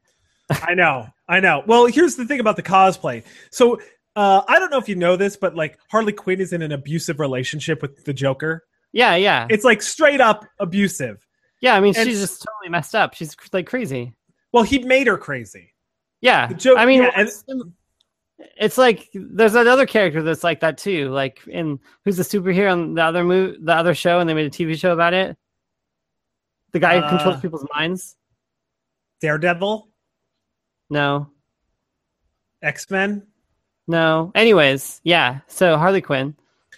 I know, I know. Well, here's the thing about the cosplay. So uh, I don't know if you know this, but like Harley Quinn is in an abusive relationship with the Joker.
Yeah, yeah.
It's like straight up abusive.
yeah, I mean
and-
she's just totally messed up. She's like crazy.
Well, he made her crazy.
Yeah.
The joke-
I mean
yeah, and-
it's like there's another character that's like that too, like in who's a superhero on the other move, the other show, and they made a TV show about it. The guy who
Uh,
controls people's minds.
Daredevil,
No,
X Men.
no. Anyways, yeah. So Harley Quinn.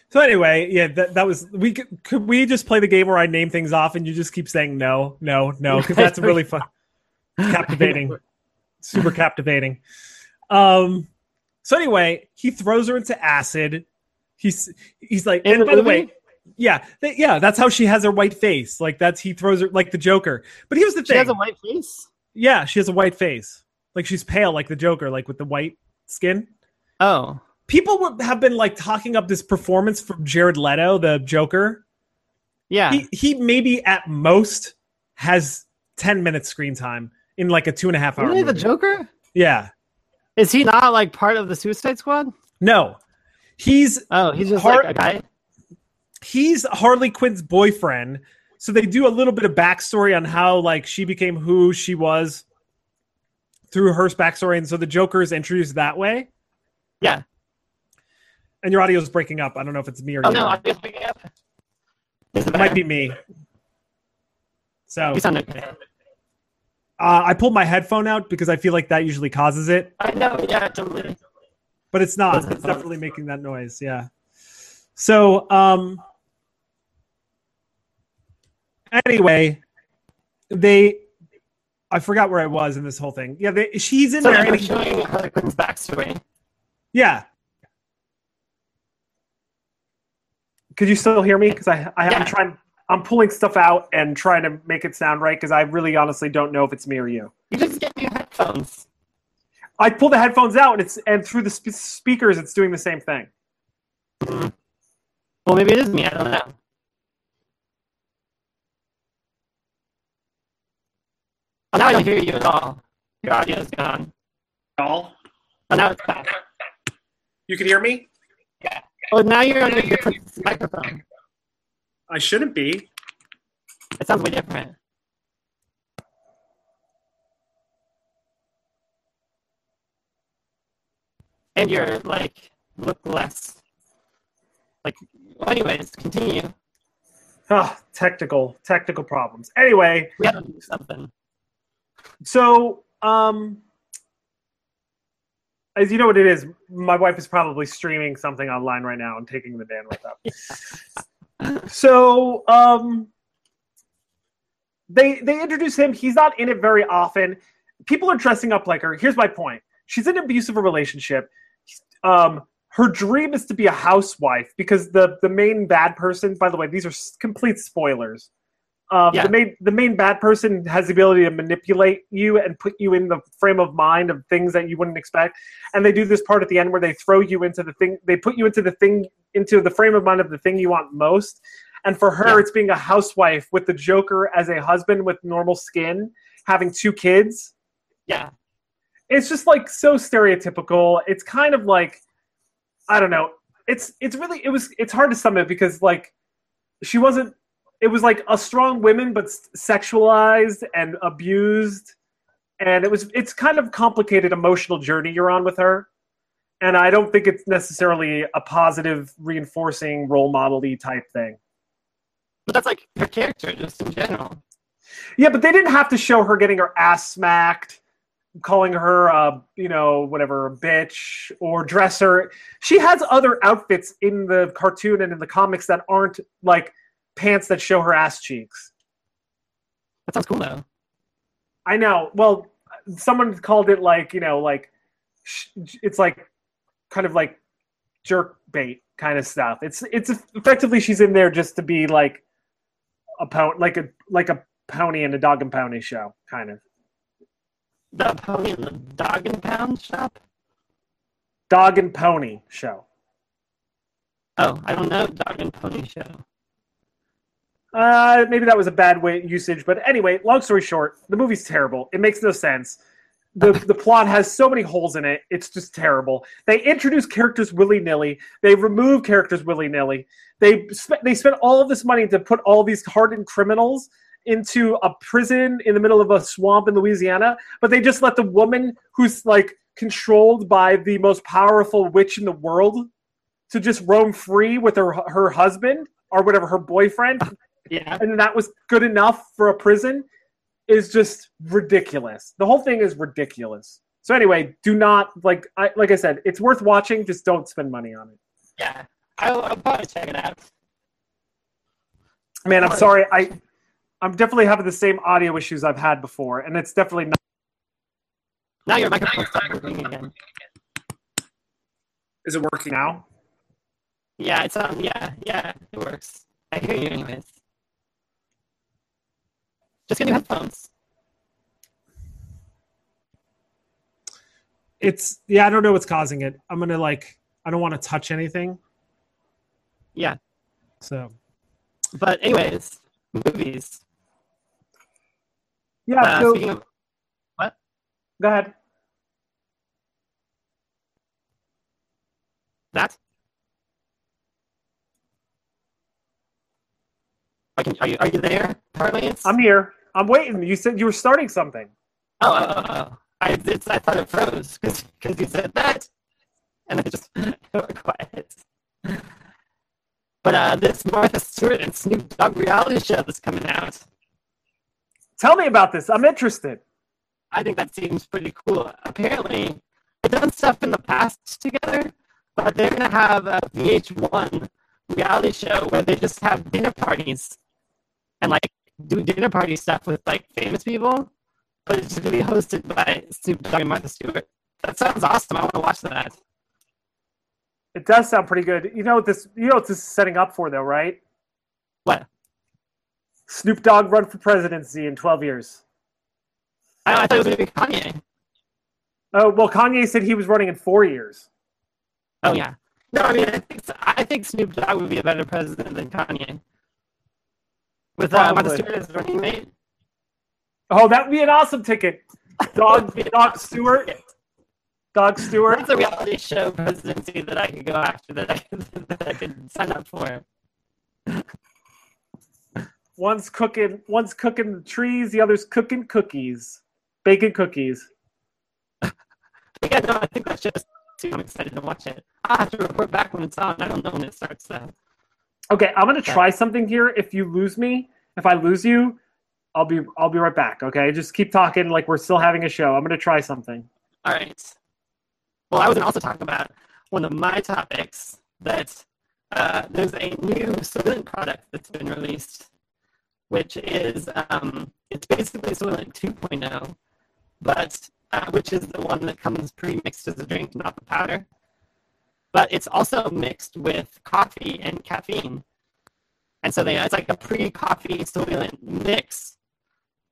So anyway, yeah, that, that was we c- could we just play the game where I name things off and you just keep saying no, no, no because that's really fun, captivating, super captivating. Um, so anyway, he throws her into acid. He's he's like,
In
and
the
by the
movie?
way, yeah, th- yeah, that's how she has her white face. Like that's he throws her like the Joker. But here's the
She
thing,
has a white face.
yeah, she has a white face. Like she's pale, like the Joker, like with the white skin
Oh,
people were, have been like talking up this performance from Jared Leto, the Joker.
yeah.
He, he maybe at most has 10 minutes screen time in like a two and a half hour.
Really, the
movie.
Joker?
Yeah.
Is he not like part of the Suicide Squad?
No. He's
Oh, he's just
Har-
like a guy.
he's Harley Quinn's boyfriend. So they do a little bit of backstory on how like she became who she was through her backstory. And so the Joker is introduced that way.
Yeah.
And your audio is breaking up. I don't know if it's me or
Oh
you.
no, I'm just picking up.
it might be me. So
You sound okay.
Uh, I pulled my headphone out because I feel like that usually causes it,
I know. Yeah, totally.
but it's not. It's definitely making that noise. Yeah. So, um, anyway, they, I forgot where I was in this whole thing. Yeah. They, she's in
So
there.
they're
And he,
showing Harley Quinn's backstory.
yeah. Could you still hear me? Because I, I,
Yeah.
I'm trying, I'm pulling stuff out and trying to make it sound right. Because I really honestly don't know if it's me or you.
You just get new headphones.
I pull the headphones out and it's, and through the sp- speakers, it's doing the same thing.
Well, maybe it is me. I don't know. Oh, now I don't hear you at all. Your audio is gone.
all.
Oh, now it's back.
You can hear me?
Oh, now you're on a different microphone.
I shouldn't be.
It sounds way different. And you're like look less. Like, well, anyways, continue.
Ah, technical, technical problems. Anyway,
We have to do something.
so um as you know what it is, my wife is probably streaming something online right now and taking the bandwidth up. so um they they introduce him, he's not in it very often. People are dressing up like her. Here's my point. She's in an abusive relationship. Um her dream is to be a housewife because the the main bad person, by the way, these are s- complete spoilers. Um,
Yeah.
The main the main bad person has the ability to manipulate you and put you in the frame of mind of things that you wouldn't expect, and they do this part at the end where they throw you into the thing they put you into the thing into the frame of mind of the thing you want most. And for her,
Yeah.
it's being a housewife with the Joker as a husband with normal skin, having two kids
Yeah.
it's just like so stereotypical. It's kind of like I don't know. It's it's really it was it's hard to sum it because like she wasn't it was like a strong women but s- sexualized and abused and it was it's kind of complicated emotional journey you're on with her and i don't think it's necessarily a positive reinforcing role model-y type thing
But that's like her character just in general.
Yeah, but they didn't have to show her getting her ass smacked, calling her, uh, you know, whatever, a bitch, or dress her. She has other outfits in the cartoon and in the comics that aren't like pants that show her ass cheeks.
That sounds cool though.
I know. Well, someone called it like, you know, like sh- it's like kind of like jerk bait kind of stuff. It's it's effectively she's in there just to be like a pony, like a like a pony in a dog and pony show kind of.
The pony in the dog and pound shop?
Dog and Pony show.
Oh, I don't know. Dog and pony show.
Uh, maybe that was a bad way usage, but anyway, long story short, the movie's terrible. It makes no sense. The the plot has so many holes in it. It's just terrible. They introduce characters willy nilly. They remove characters willy nilly. They sp- they spent all of this money to put all these hardened criminals into a prison in the middle of a swamp in Louisiana, but they just let the woman who's like controlled by the most powerful witch in the world to just roam free with her her husband or whatever her boyfriend,
Yeah.
and that was good enough for a prison, is just ridiculous. The whole thing is ridiculous. So anyway, do not like I like I said, it's worth watching. Just don't spend money on it.
Yeah. I'll, I'll probably check it out.
Man, I'm sorry. I I'm definitely having the same audio issues I've had before, and it's definitely not.
Now your microphone's not working again.
Is it working now?
Yeah, it's on. Yeah, yeah, it works. I hear you anyways. Just get new headphones.
It's yeah. I don't know what's causing it. I'm gonna like. I don't want to touch anything.
Yeah.
So
But anyways, movies.
yeah.
Uh,
so
speaking of,
go ahead.
that? I can, are, you, are you there, Parlance?
I'm here. I'm waiting. You said you were starting something.
oh, oh, oh, oh. I, it's, I thought it froze because you said that. And I just went quiet. But uh, this Martha Stewart and Snoop Dogg reality show that's coming out,
Tell me about this. I'm interested.
I think that seems pretty cool. Apparently, they've done stuff in the past together, but they're going to have a VH1 reality show where they just have dinner parties and like do dinner party stuff with like famous people, but it's going to be hosted by Snoop Dogg and Martha Stewart. That sounds awesome. I want to watch that.
It does sound pretty good. You know what this. You know what this is setting up for though, right?
What?
Snoop Dogg run for presidency in 12 years.
I, I thought it was going to be Kanye.
Oh well, Kanye said he was running in four years.
Oh yeah. No, I mean I think I think Snoop Dogg would be a better president than Kanye. With uh, Martha
Probably.
Stewart as running mate.
Oh, that would be an awesome ticket. Dog, Dog Stewart, Dog Stewart.
That's a reality show presidency that I could go after that I could, that I could sign up for.
One's cooking, one's cooking the trees. The other's cooking cookies, baking cookies.
Yeah, no, I think that's just too. I'm excited to watch it. I'll have to report back when it's on. I don't know when it starts though.
Okay, I'm gonna try something here. If you lose me, if I lose you, I'll be I'll be right back. Okay, just keep talking like we're still having a show. I'm gonna try something.
All right. Well, I was going to also talk about one of my topics that uh, there's a new Soylent product that's been released, which is um, it's basically Soylent 2.0, but uh, which is the one that comes pre-mixed as a drink, not the powder. But it's also mixed with coffee and caffeine, and so they, it's like a pre-coffee Soylent mix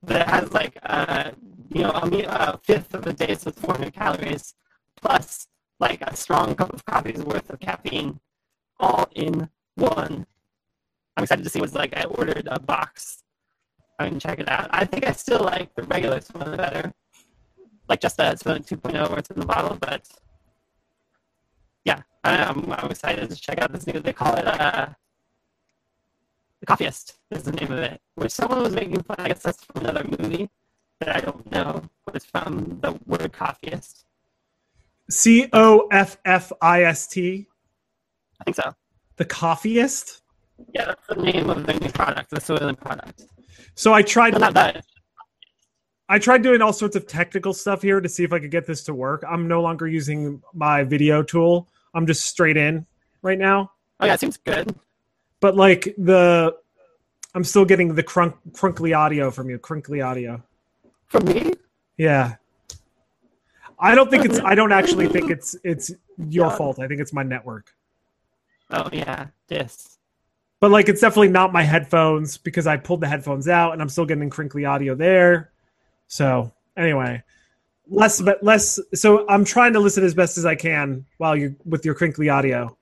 that has like uh you know a, me- a fifth of a day's with 400 calories plus like a strong cup of coffee's worth of caffeine all in one i'm excited to see what's like i ordered a box i can check it out i think i still like the regular one better like just the Swimming 2.0 where it's oh in the bottle but yeah I- i'm, I'm excited to check out this new they call it uh the Copyist is the name of it, which someone was making fun. I guess that's from another movie that I don't know, but it's from the word copyist.
C O F F I S T,
I think so.
the coffeeist.
Yeah, that's the name of the new product, the Soylent product.
So I tried
No, not that.
I tried doing all sorts of technical stuff here to see if I could get this to work. I'm no longer using my video tool. I'm just straight in right now.
Oh yeah, it seems good.
But like the I'm still getting the crunk crunkly audio from you, crinkly audio.
For me,
Yeah. I don't think it's I don't actually think it's it's your fault. I think it's my network.
oh yeah, this.
But like it's definitely not my headphones because I pulled the headphones out and I'm still getting crinkly audio there. So anyway. Less but less so I'm trying to listen as best as I can while you with your crinkly audio.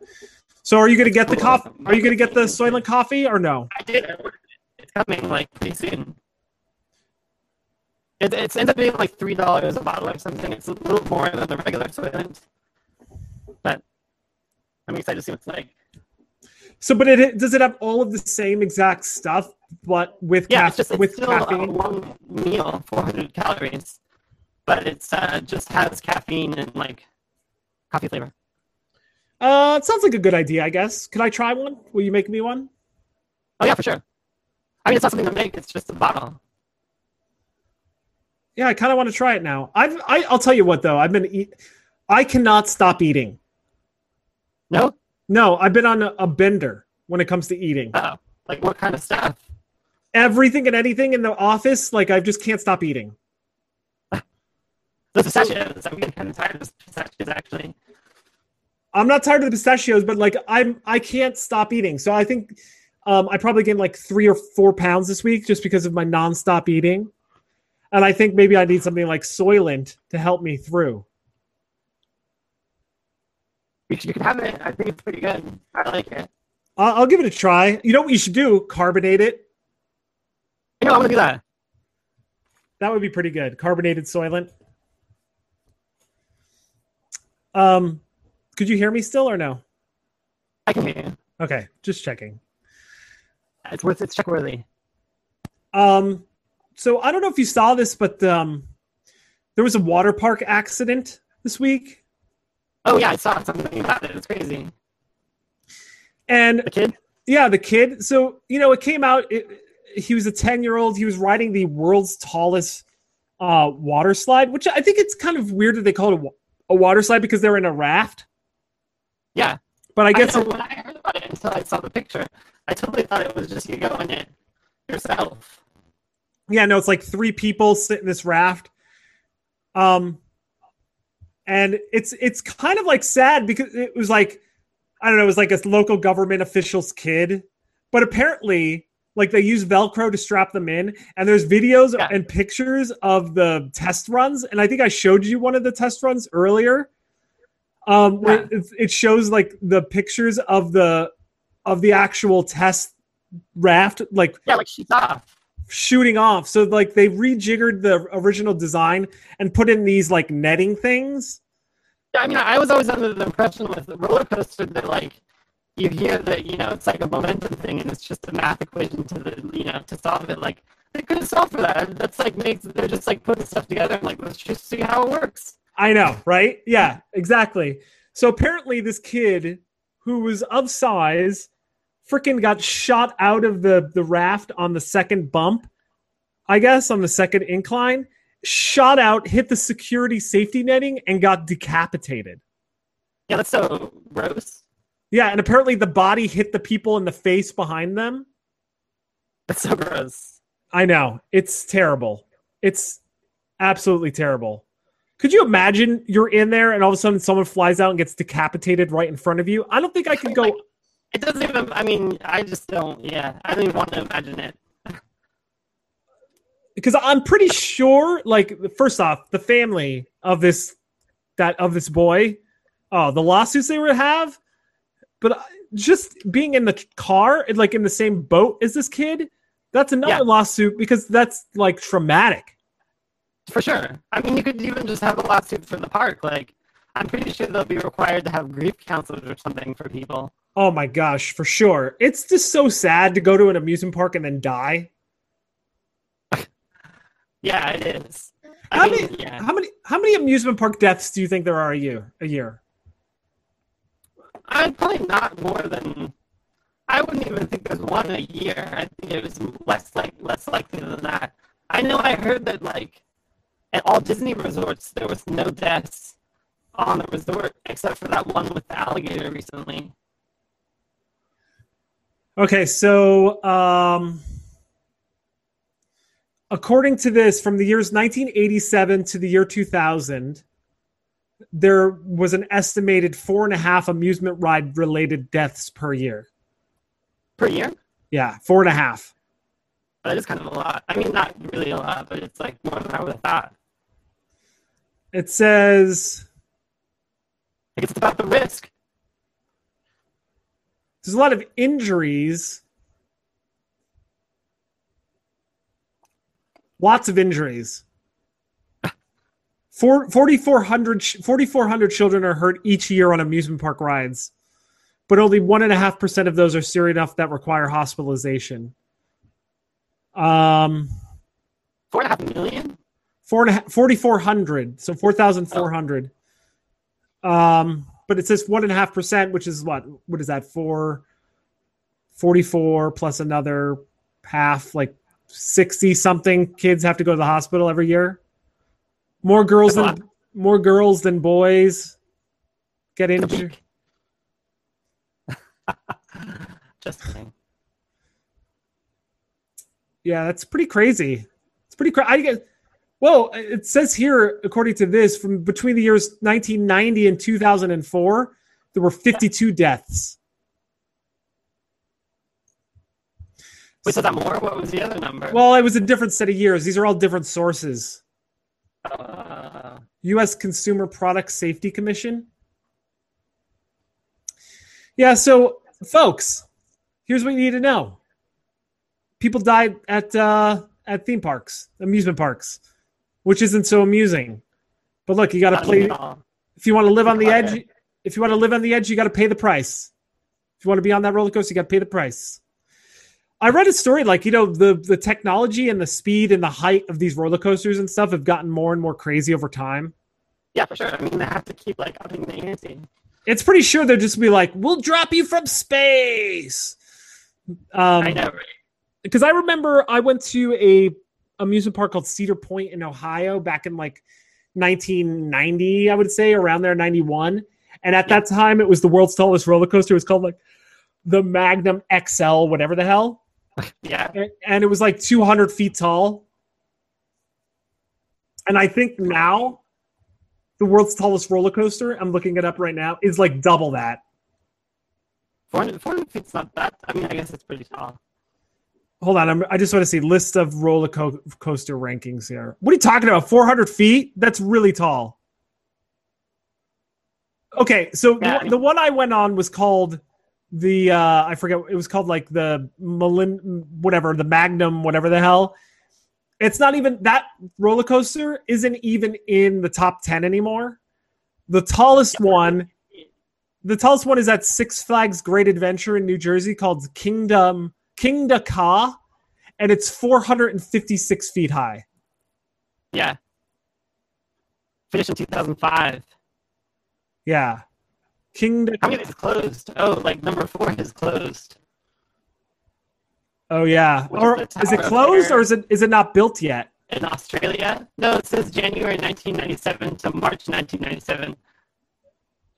So are you gonna get the coffee are you gonna get the Soylent coffee or no?
I did. I ordered it. It's coming like pretty soon. It, it's ends up being like three dollars a bottle or something. It's a little more than the regular Soylent, but I'm excited to see what it's like.
So but it does it have all of the same exact stuff but with
Yeah,
caf-
it's um, just it's
with
still
caffeine?
uh, one meal, 400 calories, but it's uh, just has caffeine and like coffee flavor.
Uh, it sounds like a good idea, I guess. Could I try one? Will you make me one?
Oh yeah, for sure. I mean, it's not something to make; it's just a bottle.
Yeah, I kind of want to try it now. I've, I, I'll tell you what though. I've been eat. I cannot stop eating.
No.
No, I've been on a, a bender when it comes to eating.
Oh, like what kind of stuff?
Everything and anything in the office, like I just can't stop eating.
The pistachios. I'm getting kind of tired of pistachios, actually.
I'm not tired of the pistachios, but like I'm, I can't stop eating. So I think um, I probably gained like three or four pounds this week just because of my nonstop eating, and I think maybe I need something like Soylent to help me through.
You, should, you can have it. I think it's pretty good. I like it.
I'll, I'll give it a try. You know what you should do? Carbonate it.
You know, I'm gonna do that.
That would be pretty good. Carbonated Soylent. Um, could you hear me still or no?
I can hear you.
Okay, just checking.
It's worth it's checkworthy.
Um, so I don't know if you saw this, but um, there was a water park accident this week,
Oh yeah, I saw something about it. It's crazy.
and
The kid.
Yeah, the kid. So you know, it came out. It, he was a ten-year-old. He was riding the world's tallest uh, water slide, which I think it's kind of weird that they call it a, wa- a water slide because they're in a raft.
Yeah.
But I
I
guess
guess when I heard about it until I saw the picture, I totally thought it was just you going it yourself.
yeah, no, it's like three people sit in this raft. Um, and it's it's kind of like sad because it was like I don't know, it was like a local government official's kid, but apparently like they use Velcro to strap them in, and there's videos
Yeah.
and pictures of the test runs, and I think I showed you one of the test runs earlier. Um, where it, it shows like the pictures of the of the actual test raft, like
Yeah, like she's off.
shooting off. So like they rejiggered the original design and put in these like netting things.
Yeah, I mean, I was always under the impression with the roller coaster that like you hear that you know it's like a momentum thing and it's just a math equation to the you know to solve it. Like they couldn't solve for that. That's like makes they're just like putting stuff together. and like let's just see how it works.
I know, right? Yeah, exactly. So apparently this kid who was of size freaking got shot out of the the raft on the second bump. I guess on the second incline, shot out, hit the security safety netting and got decapitated.
Yeah, that's so gross.
Yeah, and apparently the body hit the people in the face behind them.
That's so gross.
I know. It's terrible. It's absolutely terrible. Could you imagine you're in there and all of a sudden someone flies out and gets decapitated right in front of you? I don't think I could go.
It doesn't even. I mean, I just don't. Yeah, I don't even want to imagine it.
Because I'm pretty sure, like, first off, the family of this that of this boy, oh, the lawsuits they would have, but I- just being in the car, and, like in the same boat as this kid, that's another
Yeah.
lawsuit because that's like traumatic.
For sure. I mean, you could even just have a lawsuit for the park. Like, I'm pretty sure they'll be required to have grief counselors or something for people.
Oh my gosh, for sure. It's just so sad to go to an amusement park and then die.
Yeah, it is. I,
How
mean,
many
yeah.
how many how many amusement park deaths do you think there are a year a year?
I'd probably not more than. I wouldn't even think there's one a year. I think it was less like less likely than that. I know I heard that like at all Disney resorts there was no deaths on the resort except for that one with the alligator recently.
Okay, so um according to this from the years 1987 to the year 2000 there was an estimated four and a half amusement ride related deaths per year
Per year?
yeah four and a half
That is kind of a lot. I mean, not really a lot, but it's like more than I would have thought.
it says
Like it's about the risk.
there's a lot of injuries. Lots of injuries. Four- 4,400 ch- 4,400 children are hurt each year on amusement park rides, but only 1.5% of those are serious enough that require hospitalization. Um,
Four and a half million?
four and a half, 4,400. So 4,400. Um, but it says one and a half percent, which is what? What is that? Four, 44 plus another half, like 60 something kids have to go to the hospital every year. More girls
That's a
than more girls than boys get injured.
Just kidding.
Yeah, that's pretty crazy. It's pretty crazy. I get. Well, it says here, according to this, from between the years 1990 and 2004, there were 52 deaths.
Wait, so that more? What was the other number?
Well, it was a different set of years. These are all different sources.
Uh,
U.S. Consumer Product Safety Commission. Yeah, so folks, here's what you need to know: people died at uh, at theme parks, amusement parks, which isn't so amusing. But look, you got to
not me
play
at all.
if you want to live on the
Okay.
edge. If you want to live on the edge, you got to pay the price. If you want to be on that roller coaster, you got to pay the price. I read a story like you know the the technology and the speed and the height of these roller coasters and stuff have gotten more and more crazy over time.
Yeah, for sure. I mean, they have to keep like upping the ante.
It's pretty sure they'll just be like, "We'll drop you from space."
I
Um,
know. right?
because I remember I went to a amusement park called Cedar Point in Ohio back in like 1990, I would say around there, 91. And at that time, it was the world's tallest roller coaster. It was called like the Magnum XL, whatever the hell,
Yeah.
and and it was like 200 feet tall. And I think now, the world's tallest roller coaster, I'm looking it up right now, is like double that.
400, 400 feet's not that. I mean, I guess it's pretty tall.
Hold on, I'm, I just want to see list of roller co- coaster rankings here. What are you talking about? 400 feet? That's really tall. Okay, so the-
Yeah.
the, one I went on was called the uh, I forget it was called like the Malin whatever the Magnum whatever the hell. It's not even that roller coaster isn't even in the top ten anymore. The tallest one, the tallest one is at Six Flags Great Adventure in New Jersey called Kingdom Kingda Ka, and it's 456 feet high.
Yeah. Finished in 2005.
Yeah, Kingda.
How many is closed? Oh, like number four is closed.
Oh yeah,
Which is
or
the
is it
tower up
closed
there.
or is it is it not built yet?
In Australia? No, it says January 1997 to March 1997.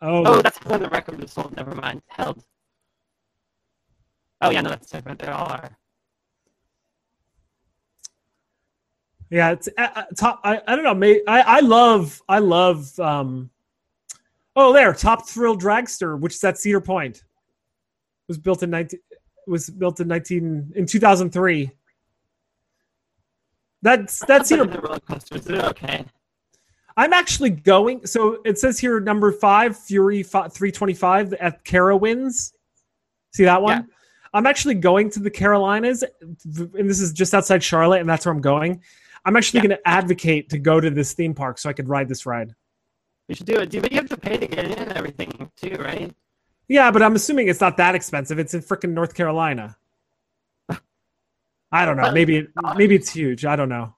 Oh, that's when the record was sold. Never mind. Held. Oh, yeah, no, that's different. There are.
Yeah, it's uh, uh, top. I, I don't know. May, I I love I love. um Oh, there, Top Thrill Dragster, which is at Cedar Point, was built in nineteen was built in nineteen in two thousand three. That's that's Cedar.
Other than the roller coasters. They're okay.
I'm actually going. So it says here number five, Fury three twenty five at Carowinds. See that one? I'm actually going to the Carolinas, and this is just outside Charlotte, and that's where I'm going. I'm actually
Yeah.
going to advocate to go to this theme park so I could ride this ride.
We should do it. Do- But you have to pay to get in and everything, too, right?
Yeah, but I'm assuming it's not that expensive. It's in freaking North Carolina. I don't know. Maybe maybe it's huge. I don't know.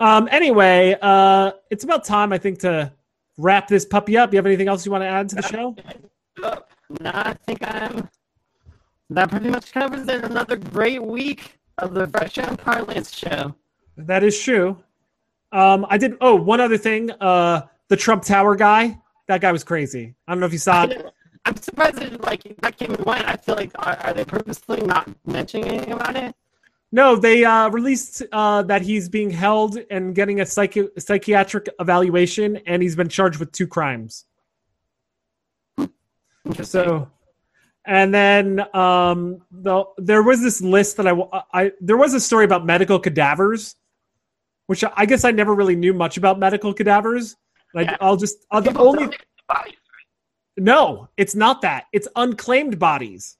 Um. Anyway, uh, it's about time I think to wrap this puppy up. You have anything else you want to add to the show?
Oh, no, I think I'm. That pretty much covers it. Another great week of the Fresh and Parlance show.
That is true. Um. I did. Oh, one other thing. Uh, the Trump Tower guy. That guy was crazy. I don't know if you saw it.
I'm surprised that like that came and went. I feel like are, are they purposely not mentioning anything about it?
No, they uh, released uh, that he's being held and getting a psychi- psychiatric evaluation, and he's been charged with two crimes.
Interesting.
So, and then um, the, there was this list that I, w- I- there was a story about medical cadavers, which I guess I never really knew much about medical cadavers. Like
Yeah.
I'll just I'll, the
People
only
donate the bodies.
no, it's not that. It's unclaimed bodies.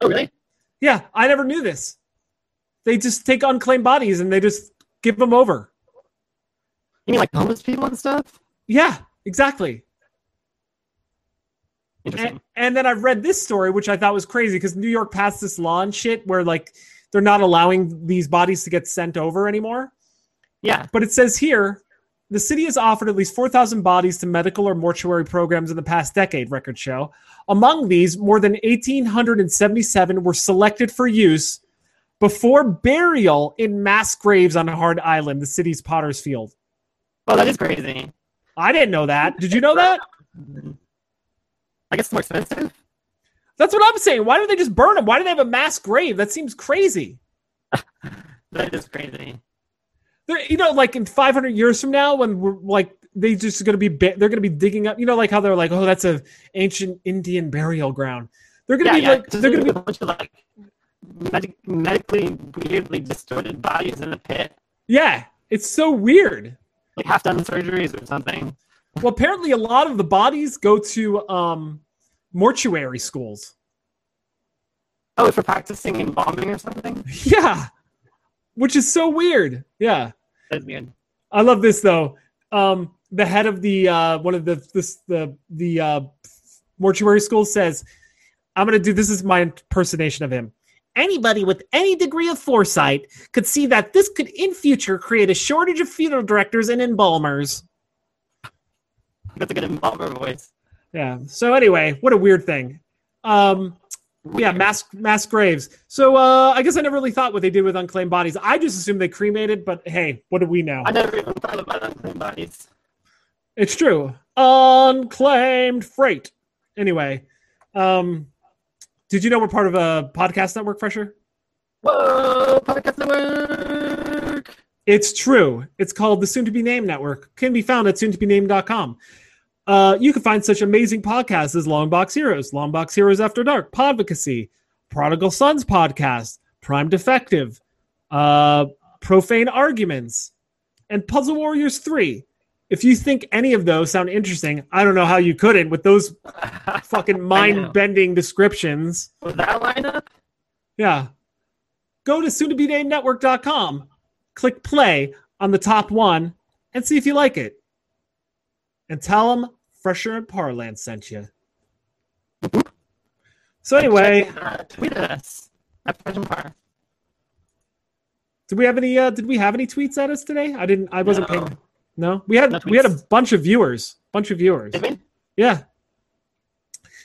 Oh really?
Yeah, I never knew this. They just take unclaimed bodies and they just give them over.
You mean like homeless people and stuff?
Yeah, exactly.
Interesting.
And, and then I've read this story, which I thought was crazy because New York passed this law and shit where like they're not allowing these bodies to get sent over anymore.
Yeah.
But it says here the city has offered at least 4,000 bodies to medical or mortuary programs in the past decade, records show. Among these, more than 1,877 were selected for use before burial in mass graves on Hard Island, the city's Potter's Field.
Well, that is crazy.
I didn't know that. Did you know that?
I guess it's more expensive.
That's what I'm saying. Why don't they just burn them? Why do they have a mass grave? That seems crazy.
That is crazy.
They're, you know, like in 500 years from now, when we're like, they just going to be, ba- they're going to be digging up, you know, like how they're like, oh, that's a ancient Indian burial ground. They're going to be
Yeah, yeah.
like,
Just
they're going
leave
to
a
be,
bunch of like medic- medically weirdly distorted bodies in a pit,
yeah, it's so weird.
like half done surgeries or something.
Well, apparently a lot of the bodies go to um, mortuary schools.
Oh, for practicing embalming or something.
Yeah, which is so weird. Yeah,
That's weird.
I love this though. Um, the head of the uh, one of the this, the the uh, mortuary school says, "I'm gonna do this is my impersonation of him." Anybody with any degree of foresight could see that this could in future create a shortage of funeral directors and embalmers.
That's a good embalmer voice.
Yeah. So anyway, what a weird thing. Um, Yeah,
Weird.
mass mass graves. So uh, I guess I never really thought what they did with unclaimed bodies. I just assumed they cremated, but hey, what do we know?
I never even thought about unclean bodies.
It's true. Unclaimed freight. Anyway, um, did you know we're part of a podcast network, Fresher?
Whoa, podcast network.
It's true. It's called the Soon to Be Named Network. Can be found at soontobenamed.com. Uh, you can find such amazing podcasts as Long Box Heroes, Long Box Heroes After Dark, Podvocacy, Prodigal Sons Podcast, Prime Defective, uh, Profane Arguments, and Puzzle Warriors 3. If you think any of those sound interesting, I don't know how you couldn't with those fucking mind bending descriptions.
With that lineup,
Yeah. Go to soontobenamednetwork.com, click play on the top one, and see if you like it. And tell them Fresher and Parland sent you. So anyway,
uh, tweet at us at Fashion Par.
did we have any? Uh, did we have any tweets at us today? I didn't. I wasn't
No.
paying. No, we had
No
we had a
tweets.
bunch of viewers. Bunch of viewers.
Did we?
Yeah.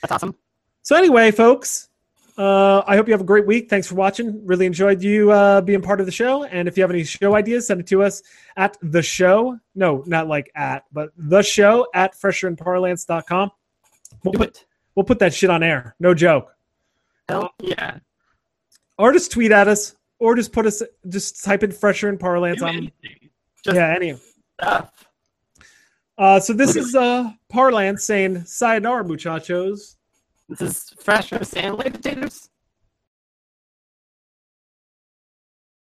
That's awesome.
So anyway, folks, uh, I hope you have a great week. Thanks for watching. Really enjoyed you uh, being part of the show. And if you have any show ideas, send it to us at the show. No, not like at, but the show at fresherandparlance.com. We'll
Do
put,
it.
we'll put that shit on air. No joke.
Hell yeah.
Or just tweet at us, or just put us, just type in fresher and parlance
Do
on.
anything. Just
Yeah, any.
stuff.
Uh, so this is uh, Parlance saying, Sayonara, muchachos.
This is fresher sand potatoes.